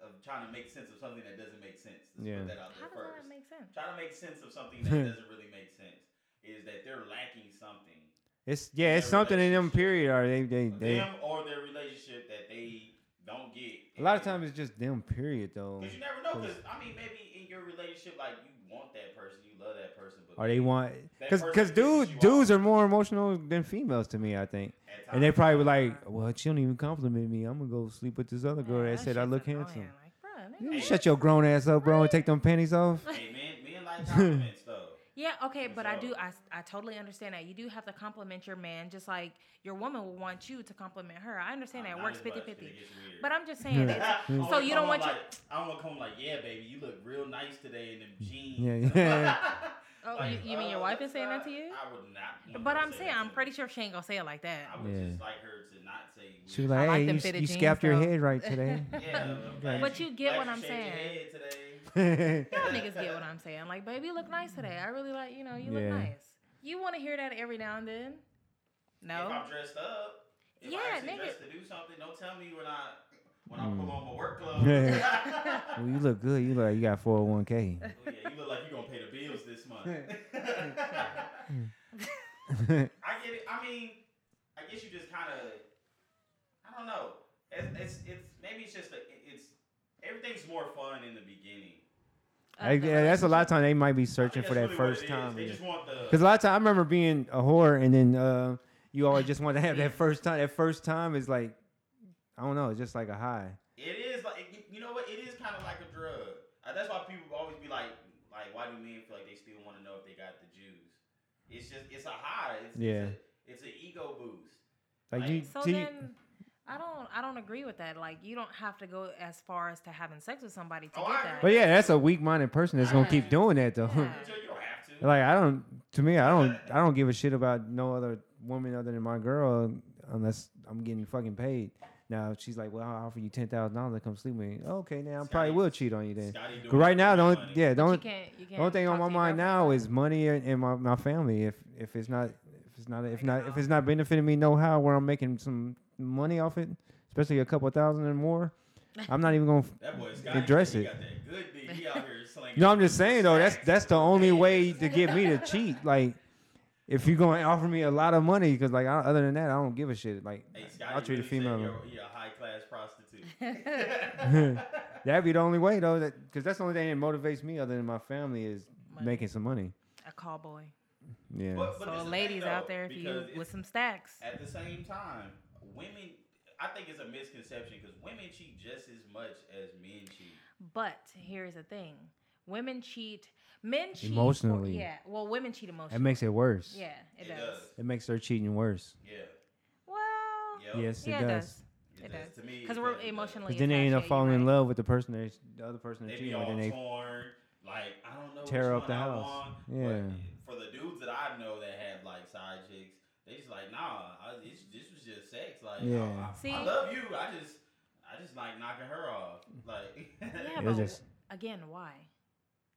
of trying to make sense of something that doesn't make sense, is Yeah. put that out How there does first. that make sense? trying to make sense of something that doesn't really make sense is that they're lacking something. It's yeah, it's Their something in them relationship. period. Or they they, they Them or their relationship that they don't get. a lot of times it's just them period though. Because you never know. 'Cause- Because I mean, maybe in your relationship, like you want that person, you love that person, but Or they want That because person because pisses you dudes off. dudes are more emotional than females to me. I think. at And they times- probably were like, "Well, she don't even compliment me. I'm gonna go sleep with this other girl Yeah, that that said I shit's look annoying. handsome." Like, bruh, You nigga. shut your grown ass up, bro, and take them panties off. Hey man, men like compliments though. Yeah, okay, but I So- do I, I totally understand that. You do have to compliment your man just like your woman will want you to compliment her. I understand that. It Not works as much, 50 'cause it 50. gets weird. But I'm just saying it's, I wanna So you come don't want like, your- I don't want to come like, yeah, baby, you look real nice today in them jeans. Yeah, yeah. Oh, you- you mean your uh, wife that's is saying that not- to you? I would not. want But her to I'm say saying that I'm to pretty me. sure she ain't gonna say it like that. I would Yeah. just like her to not say. She weird. was like, like "Hey, them you, fitted you jeans, scalped your though. head right today." Yeah, Glad But you get glad what you I'm shaved your saying. head today. Y'all niggas get what I'm saying. Like, baby, you look nice today. I really like you know, you Yeah. look nice. You wanna hear that every now and then? If No. I'm dressed up, if Yeah, I actually nigga. dressed to do something, don't tell me when I when I pull on my work clothes. Mm. Yeah. well, you look good. You look like you got 401k. Oh, yeah, you look like you're gonna pay the bills this month. I get it. I mean, I guess you just kind of, I don't know. It's, it's it's maybe it's just a, it's everything's more fun in the beginning. I- yeah, that's a lot of time they might be searching That's for that really what it first is. time. They yeah. just want Because the. a lot of time I remember being a whore, and then uh, you always just want to have that first time. That first time is like, I don't know, it's just like a high. It is like you- you know what? It is kind of like a drug. Uh, That's why people always be like, like, why do men feel like they still want to know if they got the Jews? It's just it's a high. It's, Yeah. It's, a, it's an ego boost. Like you, So till you- then I don't I don't agree with that. Like you don't have to go as far as to having sex with somebody to Oh, I get agree. that. but yeah, that's a weak-minded person that's gonna keep doing that though. Yeah. You don't have to. like I don't, to me, I don't, I don't give a shit about no other woman other than my girl unless I'm getting fucking paid. Now if she's like, well, I'll offer you ten thousand dollars to come sleep with me. Okay, now I probably will cheat on you then. Scotty doing 'Cause right now, it for don't, money. yeah, But you don't. can't you The can't only thing talk on my to your mind now girlfriend. is money and, and my, my family. If if it's not if it's not if Like, not if no. it's not benefiting me no how where I'm making some money off it, especially a couple thousand and more, I'm not even gonna. f- That boy Scotty, Address he it. got that good dick. He out here slinging. No, I'm just saying though. That's stacks. that's the only Man, way to get me to cheat. Like if you're gonna offer me a lot of money, because like I, other than that, I don't give a shit. Like Hey, Scotty I'll treat really a said female. You're, you're a high class prostitute. That'd be the only way though. That because that's the only thing that motivates me other than my family is Money. making some money. a call boy. Yeah. But- but this So is the ladies thing, out though, there, if you because it's- with some stacks, At the same time, women, I think it's a misconception because women cheat just as much as men cheat. but here's the thing: women cheat, men cheat for- Emotionally. yeah, well, women cheat That emotionally. makes it worse. yeah, it, It does. does. It makes their cheating worse. Yeah. Well, Yep. Yes, it yeah, does. it does. It To me, because it we're definitely does. emotionally. Because then they end up attached, yeah, falling you're in right. love with the person that the other person They that's be cheating all with, and they torn. Like I don't know. Tear which up the one I house. want, Yeah. But for the dudes that I know that have like side chicks, they just like nah. I, this, this was just sex. Like Yeah. I, I, See? I love you. I just I just like knocking her off. Like Yeah, It but just- again, why?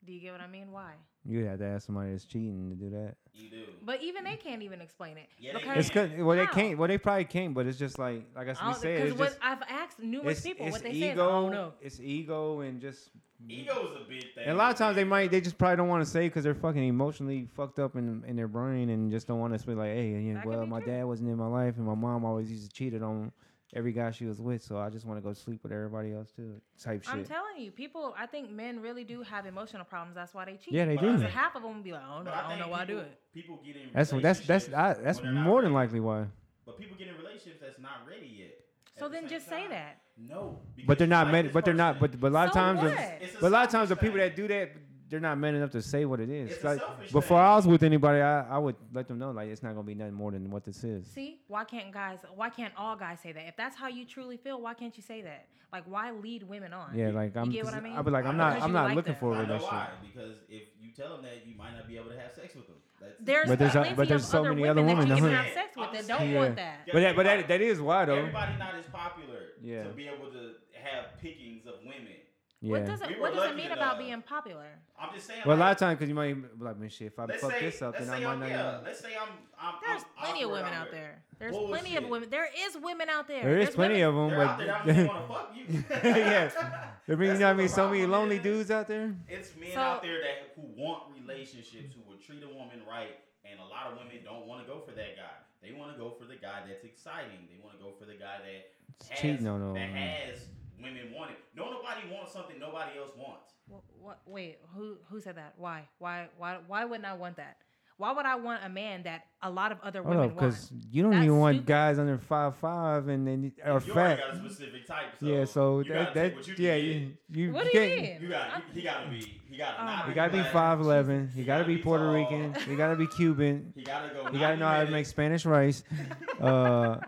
Do you get what I mean? Why? you have to ask somebody that's cheating to do that. you do. But even they can't even explain it Yeah, they because It's good. Well, they How? can't. Well, they probably can't. But it's just like like I s- we I'll- said. 'cause It's what just I've asked numerous it's, people it's what they say is, ego. oh no, It's ego and just. Ego is a big thing. And a lot of times they man. might they just probably don't want to say because they're fucking emotionally fucked up in in their brain and just don't want to be like, hey, you know, That could well, be my true. dad wasn't in my life and my mom always used to cheat it on every guy she was with, so I just want to go sleep with everybody else too, type I'm shit. telling you, people. I think men really do have emotional problems. That's why they cheat. Yeah, they But I do. think- half of them be like, I don't know, But I don't think know why I do people- it. People get in. That's that's that's I, relationships that's when they're not more than ready. likely why. But people get in relationships that's not ready yet. So At the then same just say time, that. No, because But they're you not like made. this But they're not. person. But but a lot of So times, what? the- It's but a lot of times the selfish people thing. that do that they're not man enough to say what it is. It's a like selfish before thing. I was with anybody, I, I would let them know like it's not gonna be nothing more than what this is. See, why can't guys? Why can't all guys say that? If that's how you truly feel, why can't you say that? Like, why lead women on? yeah, like I'm. get what 'cause I mean? I'll be like I'm Because not. I'm you not like looking them. for a I know relationship. why. Because if you tell them that, you might not be able to have sex with them. That's There's But there's a- plenty but there's of so other many women other that women, you can huh? have sex with that don't Yeah. want that. But that, but that, that is why though. everybody not as popular Yeah. to be able to have pickings of women. Yeah. What does it We were What does it lucky mean that, about uh, being popular? I'm just saying. Well, a lot like, of times, because you might even be like, man, shit, if I let's fuck say, this up, let's then say I I'm, might not. yeah, even- let's say I'm, I'm There's I'm plenty of awkward women out here. there. There's Bullshit. plenty of women. There is women out there. There is There's plenty women- of They're out there. I them, but don't want to fuck you. yeah, I mean, you That's know, what I what mean, the so many problem lonely is. dudes out there. It's men So- out there that who want relationships, who would treat a woman right, and a lot of women don't want to go for that guy. They want to go for the guy that's exciting. They want to go for the guy that has, cheating on a that woman. has women wanting. No, nobody wants something nobody else wants. Wh- What, wait, who who said that? Why? Why? Why? Why wouldn't I want that? Why would I want a man that a lot of other Hold women up, want? because you don't That's even want stupid. guys under five five and then or You already got a fat. specific type. So Yeah, so you gotta that, take that what you can yeah, get. you, you What do you can't- mean? You got you, he gotta be he gotta Oh not my You gotta be black. five eleven. You You gotta gotta be be Puerto tall. Rican. You gotta be Cuban. He gotta go. You gotta know how to make Spanish rice. Uh,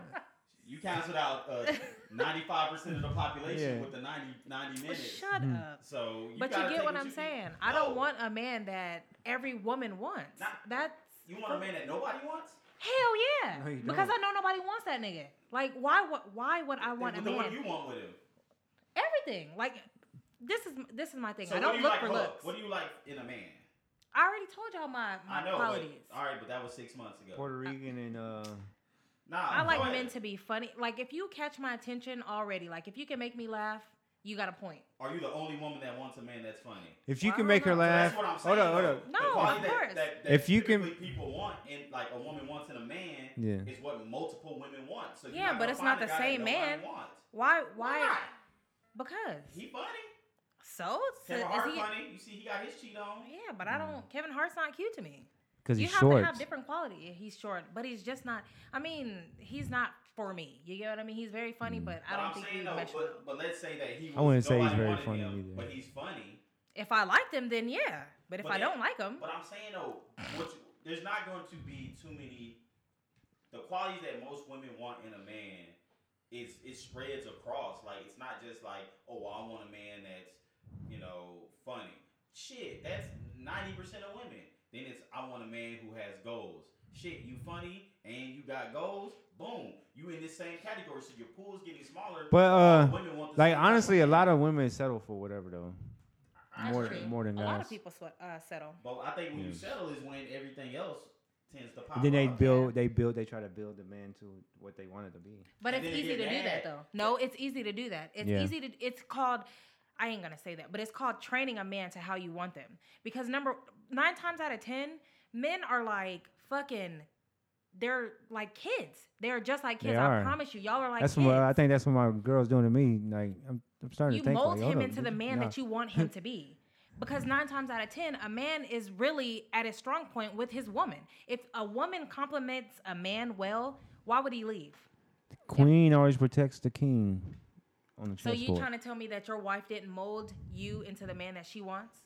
You canceled out uh, ninety five percent of the population Yeah. with the 90, 90 Well, Mm. minutes. shut up. So you But gotta you get take what you I'm can- saying. I don't No, want a man that every woman wants. Not- That's You want a man that nobody wants? hell yeah. No, you because I don't. know nobody wants that nigga. Like why? wa- Why would I want a But the one man? you want with him. Everything. Like this is this is my thing. So I what do don't you look like, for hold up, looks. What do you like in a man? I already told y'all my, my I know. qualities. But, all right, but that was six months ago. Puerto Rican and uh, nah, I like go ahead. men to be funny. Like if you catch my attention already, like if you can make me laugh, you got a point. Are you the only woman that wants a man that's funny? if you Well, can I make her don't know. laugh, That's what I'm saying. Uh, hold up, hold though. up. The No, quality of that- course. that- that If you can- typically people want and like a woman wants in a man Yeah. is what multiple women want. So you're Yeah, but gonna it's find not a the guy that same nobody man. wants. Why? Why? Why? Because He funny. so so Kevin is Hart he? funny. You see, he got his cheat on. Yeah, but I don't. Kevin Hart's not cute to me. because You he's have short. to have different quality. He's short, but he's just not. I mean, he's not for me. You get what I mean? He's very funny, Mm. but I But don't I'm think saying he's though, mesh well. but, but let's say that he. Was, I wouldn't say he's nobody very wanted funny him, either. But he's funny. If I like them, then yeah. But if But I then- don't like them, But I'm saying though, what you, there's not going to be too many. The qualities that most women want in a man is it spreads across. Like it's not just like oh I want a man that's you know funny. Shit, that's ninety percent of women. Then it's I want a man who has goals. Shit, you funny and you got goals. Boom, you in this same category. So your pool's getting smaller. But, uh, women want the Like same type of honestly, a man. lot of women settle for whatever though. that's More, true. more than a guys. lot of people sweat, uh, settle. But I think when you Yeah. settle is when everything else tends to pop. And then they up. build, they build, they try to build the man to what they want it to be. But And it's then you easy to get do mad. that though. No, it's easy to do that. It's Yeah. easy to it's called I ain't gonna say that, but it's called training a man to how you want them. Because number nine times out of ten, men are like fucking they're like kids. They're just like kids. They I are. promise you. Y'all are like that's kids. what I think. That's what my girl's doing to me. Like I'm, I'm starting you to think. mold like, him hold up, into the dude. man Nah. that you want him to be. Because nine times out of ten, a man is really at his strong point with his woman. If a woman compliments a man well, why would he leave? Queen always protects the king on the So you chessboard. trying to tell me that your wife didn't mold you into the man that she wants?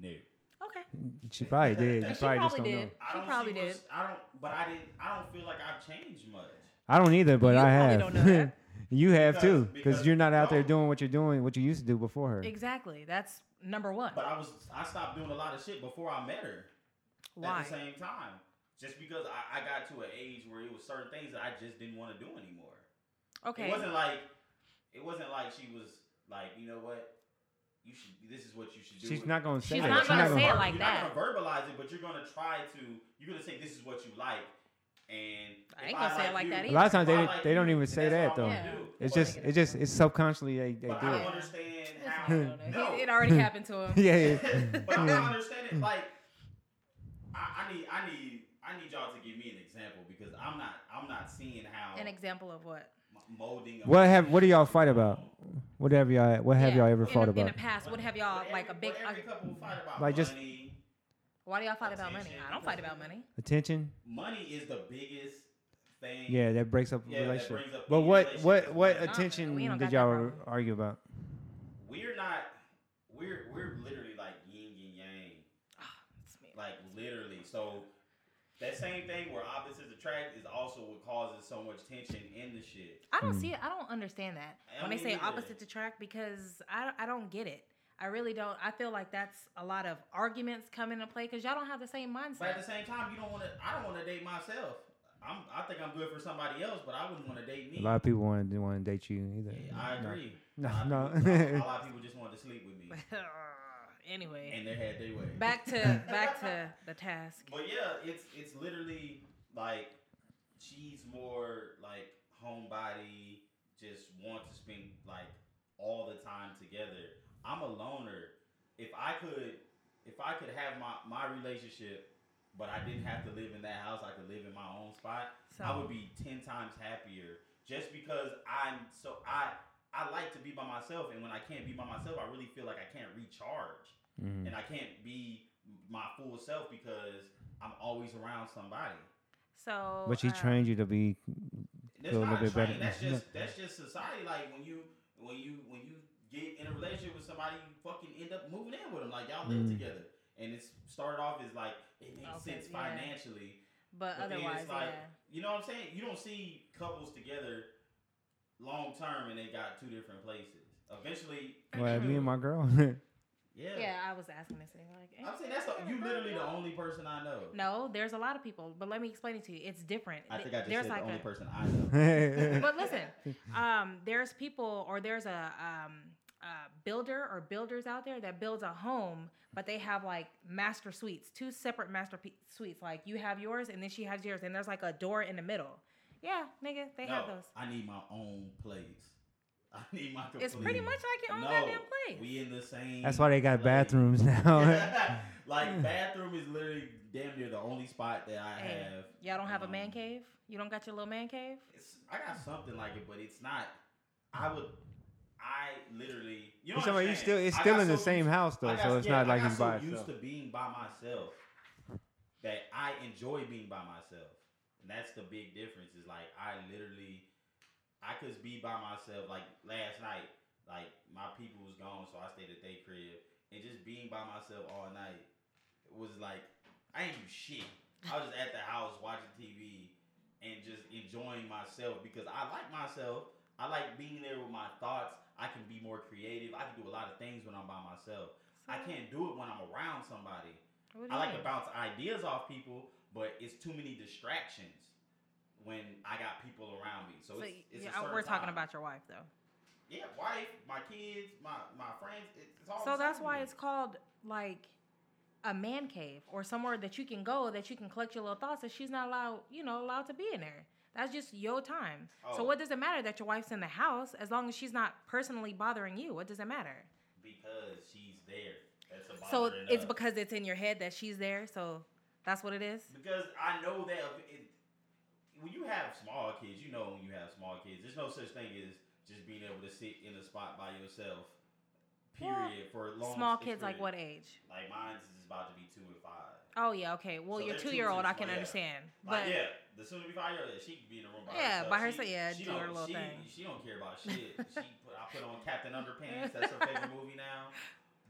No. Okay. she probably did. she You probably just probably don't did. know. I She don't see probably what's- did. I don't. But I didn't. I don't feel like I've changed much. I don't either, but You I probably have. don't know that. you have Because- too, because because- you're not out there no. doing what you're doing, what you used to do before her. Exactly. That's number one. But I was. I stopped doing a lot of shit before I met her. Why? At the same time, just because I, I got to an age where it was certain things that I just didn't want to do anymore. It Okay. wasn't like. It wasn't like she was like you know what. You should. This is what you should do. She's not gonna say She's that. not She's gonna not say gonna. it like you're that. not gonna verbalize it, but you're gonna try to. You're gonna say this is what you like, and I if ain't gonna say it like like you- that if either. A lot of times I they- like they don't you, even then say that's that, what I though. wanna do. It's just, it's just, it's subconsciously they, they But do I it. don't understand how. No, It already happened to him. Yeah, yeah. but I don't understand Mm. it. Like, I, I need, I need, I need y'all to give me an example because I'm not, I'm not seeing how An example of what? m- molding. a- What have, what do y'all fight about? Whatever y'all, what have Yeah. y'all ever in fought the, In about? the past, what have y'all What like a every- big? what every argu- couple fight about Like, just- money. why do y'all fight about money? Attention. I don't fight about money. Attention. Money is the biggest thing. Yeah, that breaks up Yeah, a that relationship. brings up but any what relationship what that's what going on. attention We don't did got that y'all problem. argue about? we're not. We're we're literally like yin So that same thing where opposites attract is also what causes so much tension in the shit. I Hmm. don't see it. I don't understand that I when they don't say either. opposites attract because I, I don't get it. I really don't. I feel like that's a lot of arguments come into play because y'all don't have the same But at the mindset. same time, you don't want to. I don't want to date myself. I'm. I think I'm good for somebody else, but I wouldn't want to date me. A lot of people want to want to date you either. Yeah, I agree. No, a lot of no. people- a lot of people just wanted to sleep with me, anyway, and they had their way. back to back to the task. But yeah, it's it's literally like she's more like homebody, just want to spend like all the time together. I'm a loner. If I could, if I could have my my relationship, but I didn't have to live in that house, I could live in my own spot. I would So be ten times happier just because I'm so I I like to be by myself, and when I can't be by myself, I really feel like I can't recharge Mhm. and I can't be my full self because I'm always around somebody. so. But she uh, trained you to be. That's Feel a not little bit trained. better. That's just that's just society. Like when you when you when you get in a relationship with somebody, you fucking end up moving in with them. Like y'all live Mm. together, and it's started off as like it makes Okay, sense yeah. financially, But, But then it's otherwise, like- yeah. You know what I'm saying? You don't see couples together long term and they got two different places. Eventually, Well, me and my girl. yeah. Yeah, I was asking this thing like. eh, I'm saying that's the, you literally the only person I know. No, there's a lot of people, but let me explain it to you. It's different. I think I just there's said like the only a, person I know. yeah, but listen, um, there's people or there's a um, a builder or builders out there that builds a home, but they have like master suites, two separate master pe- suites. Like you have yours, and then she has yours, and there's like a door in the middle. Yeah, nigga, they have No, those. I need my own place. I need my. It's pretty complete- much like your own no, goddamn place. We in the same. That's why they got place. bathrooms now. like bathroom is literally damn near the only spot that I Hey, have. Y'all don't have a man um, cave. You don't got your little man cave. It's, I got something like it, but it's not. I would. I literally. You know. You what talking about I'm you saying? still it's I still got in the so same used- house I though, got- so it's yeah, not like I got he's so by used himself. to being by myself that I enjoy being by myself, and that's the big difference. Is like I literally, I could be by myself. Like last night, like my people was gone, so I stayed at their crib, and just being by myself all night was like I ain't do shit. I was just at the house watching TV and just enjoying myself because I like myself. I like being there with my thoughts. I can be more creative. I can do a lot of things when I'm by myself. I can't do it when I'm around somebody. What do I you like mean? to bounce ideas off people, but it's too many distractions when I got people around me. So, So, it's, it's a yeah, certain we're talking time. about your wife though. yeah, wife, my kids, my my friends. It's it's all So the that's same why to me. it's called like a man cave or somewhere that you can go that you can collect your little thoughts that she's not allowed, you know, allowed to be in there. That's just your time. So Oh. what does it matter that your wife's in the house as long as she's not personally bothering you? What does it matter? because she's there. That's about So it's because. because it's in your head that she's there. So that's what it is. Because I know that if it, when you have small kids, you know when you have small kids, there's no such thing as just being able to sit in a spot by yourself. Well, Period. for a long. Small kids like period. what age? Like mine's is about to be two and five. Oh yeah, okay. Well, So your they're two, two year old, six, I can well, yeah. understand. Like But yeah, the sooner we find her, she can be in the room by Yeah, herself. by She- herself, yeah, she do don't, her little she, thing. She don't care about shit. she put, I put on Captain Underpants. That's her favorite movie now.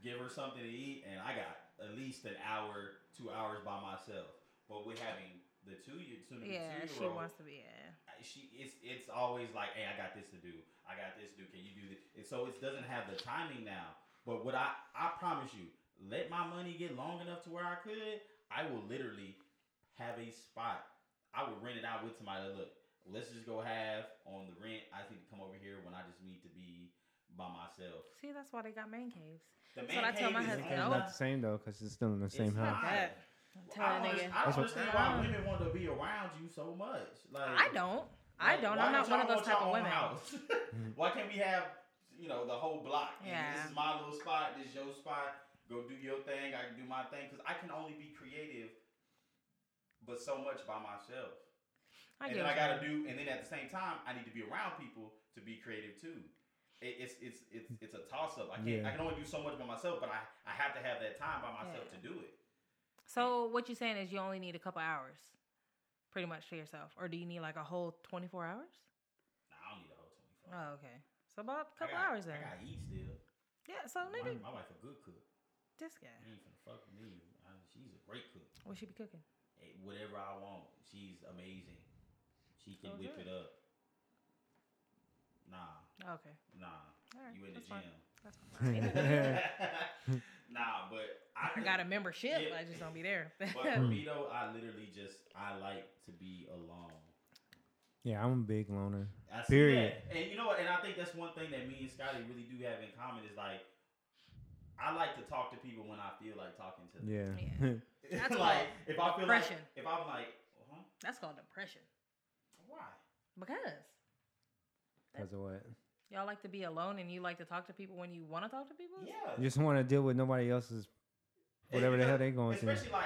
Give her something to eat, and I got at least an hour, two hours by myself. But with having the two year, soon to be yeah, two she year old, wants to be. Yeah. she it's it's always like, hey, I got this to do. I got this to do. Can you do this? And so it doesn't have the timing now. But what I I promise you, let my money get long enough to where I could, I will literally have a spot. I will rent it out with somebody. Look, let's just go have on the rent. I think come over here when I just need to be by myself. See, that's why they got man caves. The what I tell cave my is husband, It's not- no. not the same though, cause it's still in the it's same not. house. That- I Tell don't, that I nigga. don't That's what- understand why women want to be around you so much. Like I don't. Like, I don't. why I'm not y'all one of want those type y'all of own women. house? why can't we have you know the whole block? And Yeah. This is my little spot. This your spot. Go do your thing. I can do my thing because I can only be creative, but so much by myself. I and get then I what you gotta mean. do. And then at the same time, I need to be around people to be creative too. It, it's it's it's it's a toss up. I can't. Yeah. I can only do so much by myself, but I I have to have that time by myself to do it. So what you're saying is you only need a couple hours, pretty much for yourself, or do you need like a whole 24 hours? Nah, I don't need a whole twenty four. Oh, okay. So about a I couple got- hours then. I gotta eat still. Yeah. My, So nigga, my wife a good cook. this guy, She ain't finna fuck with me. I- She's a great cook. what she be cooking? eh, whatever I want. She's amazing. She can Oh, whip it good. up. Nah, Okay. nah. All right. You in the that's fine. gym. That's fine. nah, but I I got a membership. Yeah. I just don't be there. But for me though, I literally just I like to be alone. Yeah, I'm a big loner. I see Period. that. And you know what? And I think that's one thing that me and Scotty really do have in common is like I like to talk to people when I feel like talking to them. Yeah. Yeah. That's like why if I feel depression. like if I'm like, huh? That's called depression. Why? Because That's what. y'all like to be alone and you like to talk to people when you want to talk to people. You Yeah. just want to deal with nobody else's, whatever the hell they going through. Especially like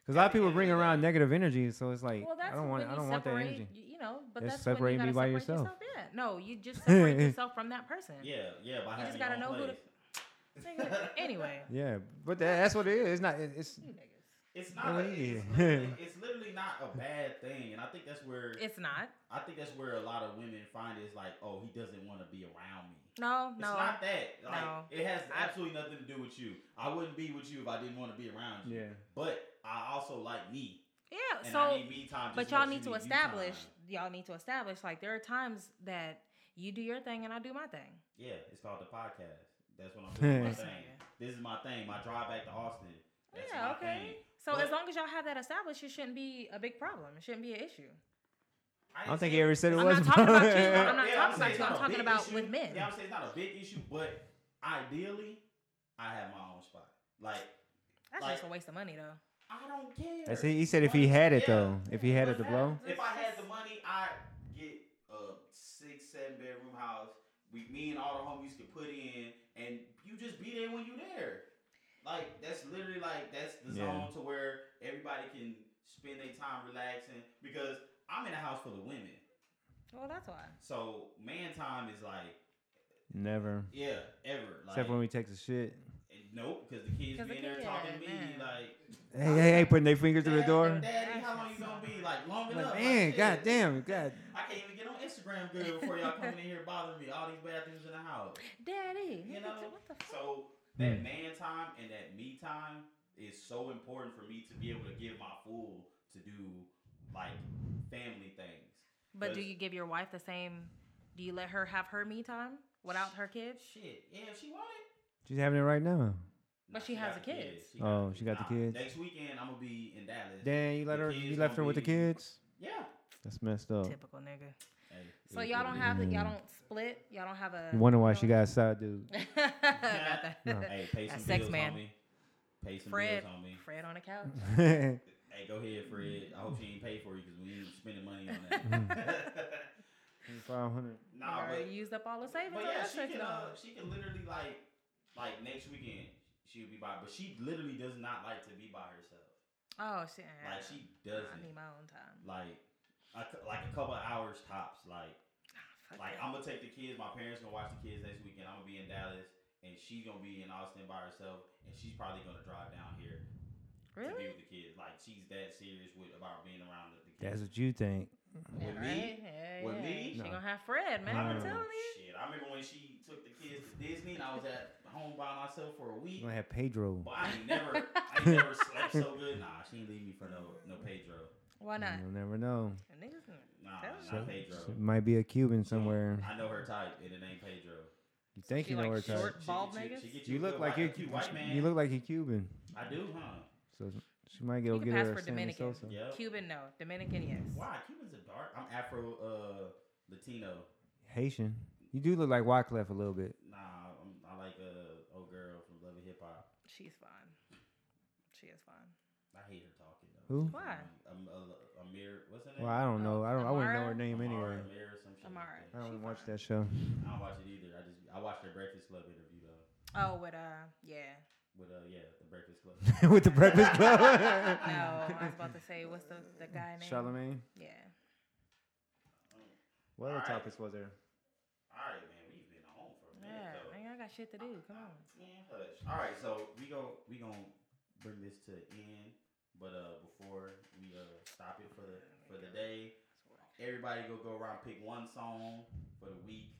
Because a lot of people bring around negative energy, so it's like Well, that's I don't want when I you don't want that separate, energy. You, you know, but Just that's when separate you gotta me by separate yourself. Yeah, no, you just separate yourself from that person. Yeah, yeah, by You having just gotta your own know who to- place. Nigga, anyway, Yeah, but that, that's what it is. It's not. it- It's you niggas. It's not a, Well, yeah. it's, literally, it's literally not a bad thing. And I think that's where It's not. I think that's where a lot of women find it's like, oh, he doesn't want to be around me. No, It's no. not that. Like No. it has I- absolutely nothing to do with you. I wouldn't be with you if I didn't want to be around you. yeah. But I also like me, yeah. and So I need me time. Just But as y'all much need as to you you establish. time. Y'all need to establish. Like there are times that you do your thing and I do my thing. Yeah, it's called the podcast. That's what I'm doing. my Listen, thing. This is my thing. My drive back to Austin. That's yeah. my Okay. Thing. So But- as long as y'all have that established, it shouldn't be a big problem. It shouldn't be an issue. I don't didn't think say- he ever said it I'm was. not talking about you. I'm not Yeah, saying talking about it's you. not I'm a talking big about issue. with men. Yeah, I'm saying it's not a big issue, but ideally, I have my own spot. Like That's like- just a waste of money, though. I don't care. That's it. He said if he had it Yeah. though, if he had it to blow. If I had the money, I'd get a six, seven bedroom house. We, me and all the homies could put in, and you just be there when you there. Like that's literally like that's the Yeah. zone to where everybody can spend their time relaxing because I'm in a house full of women, Well, that's why. so man time is like Never. yeah ever like Except when we take the shit. and nope because the kids 'Cause the being there kid, talking to me man. like Hey, hey, hey! Putting their fingers through the "Dad, door. Daddy, how long you gonna be like long I'm enough? Like, Like, man, shit. goddamn, god. I can't even get on Instagram good before y'all coming in here bothering me. All these bathrooms in the house. Daddy, You nigga, know? what the fuck? So Hmm. that man time and that me time is so important for me to be able to give my full to do like family things. But do Yes. you give your wife the same? Do you let her have her me time without her kids? Shit. Yeah, if she want it. She's having it right now. Nah, But she has got the kids. kids. got Oh, the she got the Nah, kids. Next weekend I'm gonna be in Dallas. Damn, you let The her. kids You left her gonna with the be- kids. Yeah. That's messed up. Typical nigga. Hey, So it- y'all it- don't have the, Mm. y'all don't split. Y'all don't have a. You wonder why you she don't- got a side dude. Got that. No. Hey, pay That some sex bills, man. homie. Pay some Fred, bills, homie. Fred on the couch. Hey, go ahead, Fred. I hope she ain't pay for you because we ain't spending money Mm. on that. Five hundred. nah, Or but used up all the savings. But on yeah, that she sex can uh, doll. she can literally like like next weekend she'll be by, but she literally does not like to be by herself. oh shit. uh, Like she I need doesn't my own time. like a, cou- like a couple of hours tops. Like Nah, fuck like that. I'm gonna take the kids. My parents gonna watch the kids next weekend. I'm gonna be in Dallas and she's gonna be in Austin by herself, and she's probably gonna drive down here to be really. with the kids. Like she's that serious with about being around the, the That's kids. what you think. Yeah, with right? me. Yeah, With yeah. me? She No. gonna have Fred, man. I I'm No. telling remember, you. shit, I remember when she took the kids to Disney and I was at home by myself for a You week. gonna have Pedro. Well, I ain't never, I ain't never slept so good. Nah, she ain't leave me for no, no Pedro. Why not? You'll never know. Niggas, n- Nah, That not So- Pedro. so it might be a Cuban somewhere. I know her type, and it ain't Pedro. You think She you know like her She- type? short? she- bald she- niggas? she get a You look good like white- you're. a cute white man. You look like you're Cuban. I do, huh? So she might go You can get pass her for a Sammy Dominican. Sosa. Yeah. Cuban, no. Dominican, yes. Why? Cubans are dark. I'm Afro, uh, Latino. Haitian. You do look like Wyclef a little bit. Nah, I'm, I like uh old girl from Love and Hip Hop. She's fine. She is fine. I hate her talking though. Who? Why? Um, uh, Amir, what's her name? Well, I don't know. I don't. I wouldn't know Amara? her name Amara, anyway. Amir or some shit. like Amara. that. I She don't watch fine. that show. I don't watch it either. I just I watched the Breakfast Club interview though. Oh, with uh, yeah. With uh yeah, the Breakfast Club. With the Breakfast No, Club. I was about to say, what's the the guy name? Charlemagne. Yeah. What other Alright. topics was there? All right, man. We've been on for a Yeah, minute though. man, I got shit to do. Come on. Man, hush. All right, so we gon' we gon' bring this to an end, but uh, before we uh stop it for the for the day, everybody go go around pick one song for the week.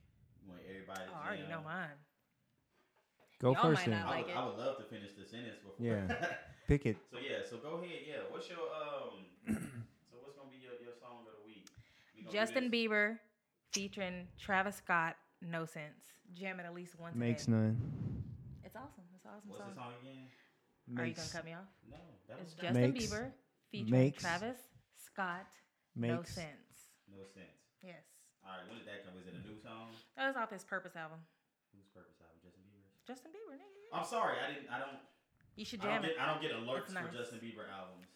When everybody, Oh, I already know jam. mine. Go Y'all first might then. not I like would, it. I would love to finish the sentence before. Yeah. pick it. So yeah, so go ahead. Yeah, what's your um? so what's gonna be your, your song of the week? We gonna do Justin this- Bieber featuring Travis Scott, No Sense. Jam it at least once. Makes a day. none. It's awesome. It's an awesome What's the song song. again? Are you gonna Makes cut me off? No, that It's was Justin Makes- Bieber featuring makes- Travis Scott, No makes Sense. no sense. Yes. All right, when did that come? Was it a new song? That was off his Purpose album. Whose purpose album? Justin Bieber's. Justin Bieber, nigga. I'm sorry, I didn't. I don't. You should Oh, I don't jam it. get. I don't get alerts It's nice. for Justin Bieber albums.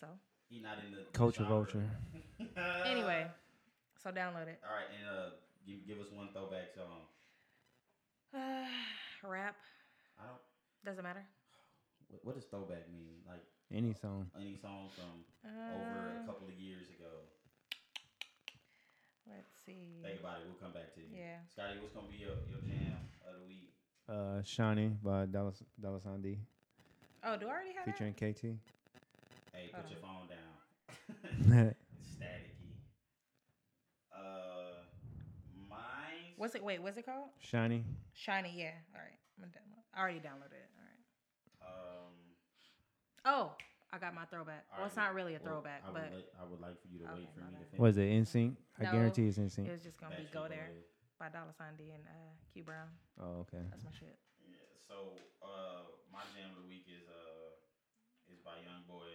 So, He not in the the culture genre. vulture. anyway, so download it. All right, and uh, give, give us one throwback song. Uh, rap I don't. doesn't matter. What, what does throwback mean? Like Any song. any song from Uh, over a couple of years ago. let's see. Think about it. We'll come back to you. Yeah. Scotty, what's gonna be your, your jam of the week? Uh, Shiny by Dallas Dallas D Oh, do I already have that? featuring KT. Hey, put Hold your phone down. That's it's staticky. Uh, mine. What's it? Wait, what's it called? Shiny. Shiny. Yeah. All right. I'm gonna download. I already downloaded it. Um. All right. Oh, I got my throwback. all well, it's right, not really a well, throwback, I would but like- I would like for you to wait Okay, for my me to bad. finish. Was it NSYNC? I No. guarantee it's NSYNC. it was just gonna be Backstreet "Go There" Boys. by Dollar Sign D and uh, Q Brown. Oh, okay. That's my shit. Yeah. So, uh, my jam of the week is uh, is by Young Boy.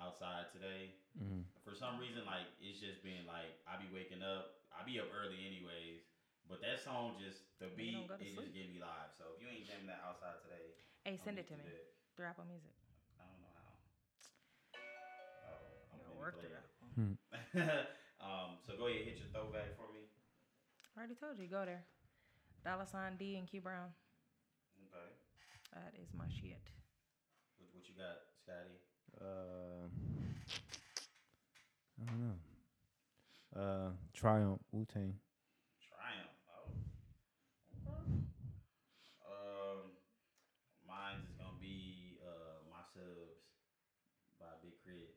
Outside today. Mm. for some reason, like it's just been like I be waking up, I be up early anyways. But that song just the Nigga beat, don't go to it sleep. just get me live. So if you ain't jamming that outside today, Hey, I'll send get it to you me that. through Apple Music. I don't know how. Oh, I'm It'll gonna work play it. through Apple. um, so go ahead, hit your throwback for me. I already told you. Go there. Dollar Sign D and Q Brown. Okay. That is my shit. What, what you got, Scotty? Uh, I don't know. Uh, Triumph Wu Tang. Triumph. Oh. Okay. Um, mine's is gonna be uh my subs by Big Crit.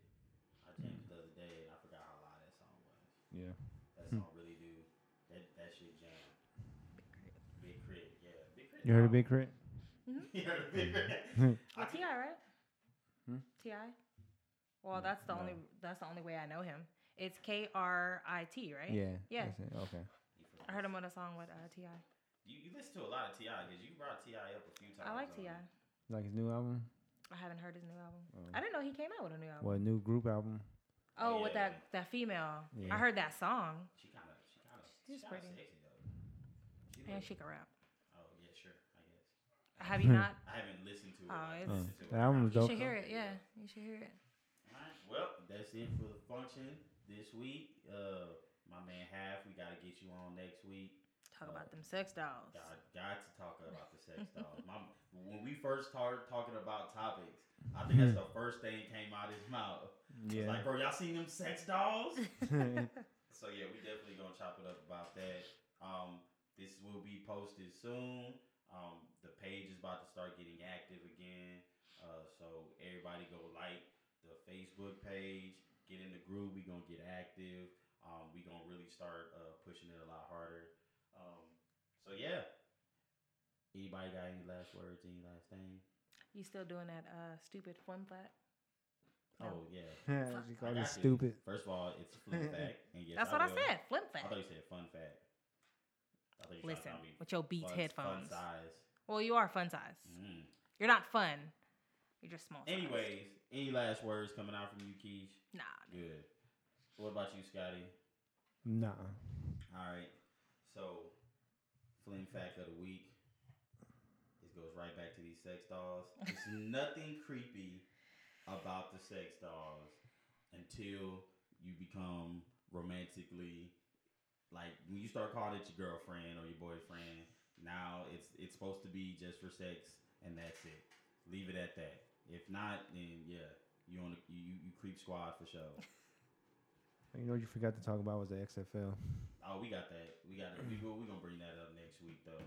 I jammed it the other day and I forgot how loud that song was. Yeah. That song really do that that shit jam. Big Crit, yeah. Big Crit. You heard a of Big Crit? you heard of Big Crit. Well, Ti, right? Hmm? Ti. Well, that's the only that's the only way I know him. It's K R I T, right? Yeah. Yeah. that's it. Okay. I heard him on a song with uh, Ti. You, you listen to a lot of Ti because you brought Ti up a few times. I like on- Ti. Like his new album? I haven't heard his new album. Oh. I didn't know he came out with a new album. Well, new group album. Oh, with Yeah. that that female. I Yeah. heard that song, She kind of she kind of She's she's pretty pretty. sexy though. She and look- she can rap. oh yeah, sure. I guess. Have you not? I haven't listened to it. Oh, I it's- Oh, listened to it. that album was You dope. should hear it. Yeah, you should hear it. Alright, Well, that's it for the function this week. Uh, my man Half, we gotta get you on next week. Talk about them sex dolls. Got got to talk about the sex dolls. My, when we first started talking about topics, I think that's the first thing came out his mouth. It's Yeah. like, bro, y'all seen them sex dolls? yeah. So yeah, we definitely gonna chop it up about that. Um, this will be posted soon. Um, the page is about to start getting active again. Uh, so everybody go like the Facebook page, get in the group. We gonna get active. Um, we gonna really start uh, pushing it a lot harder. Um, so yeah. Anybody got any last words? Any last thing? You still doing that uh, stupid fun flat? No. Oh yeah. I she called me got you. stupid. First of all, it's a fun fact. And yes, That's what I, will. said. Flim I flat. thought you said fun fact. I thought you were trying to Listen, tell me with your Beats fun- headphones. Fun size. well, you are fun size. Mm. You're not fun. You're just small. size. Anyways, any last words coming out from you, Keish? Nah. Good. What about you, Scotty? Nah. All right. So, flim fact of the week. This goes right back to these sex dolls. There's nothing creepy about the sex dolls until you become romantically like when you start calling it your girlfriend or your boyfriend. Now it's it's supposed to be just for sex and that's it. Leave it at that. If not, then yeah, you on the, you you creep squad for sure. You know what you forgot to talk about was the XFL. Oh, we got that. We got it. We go. We gonna bring that up next week though.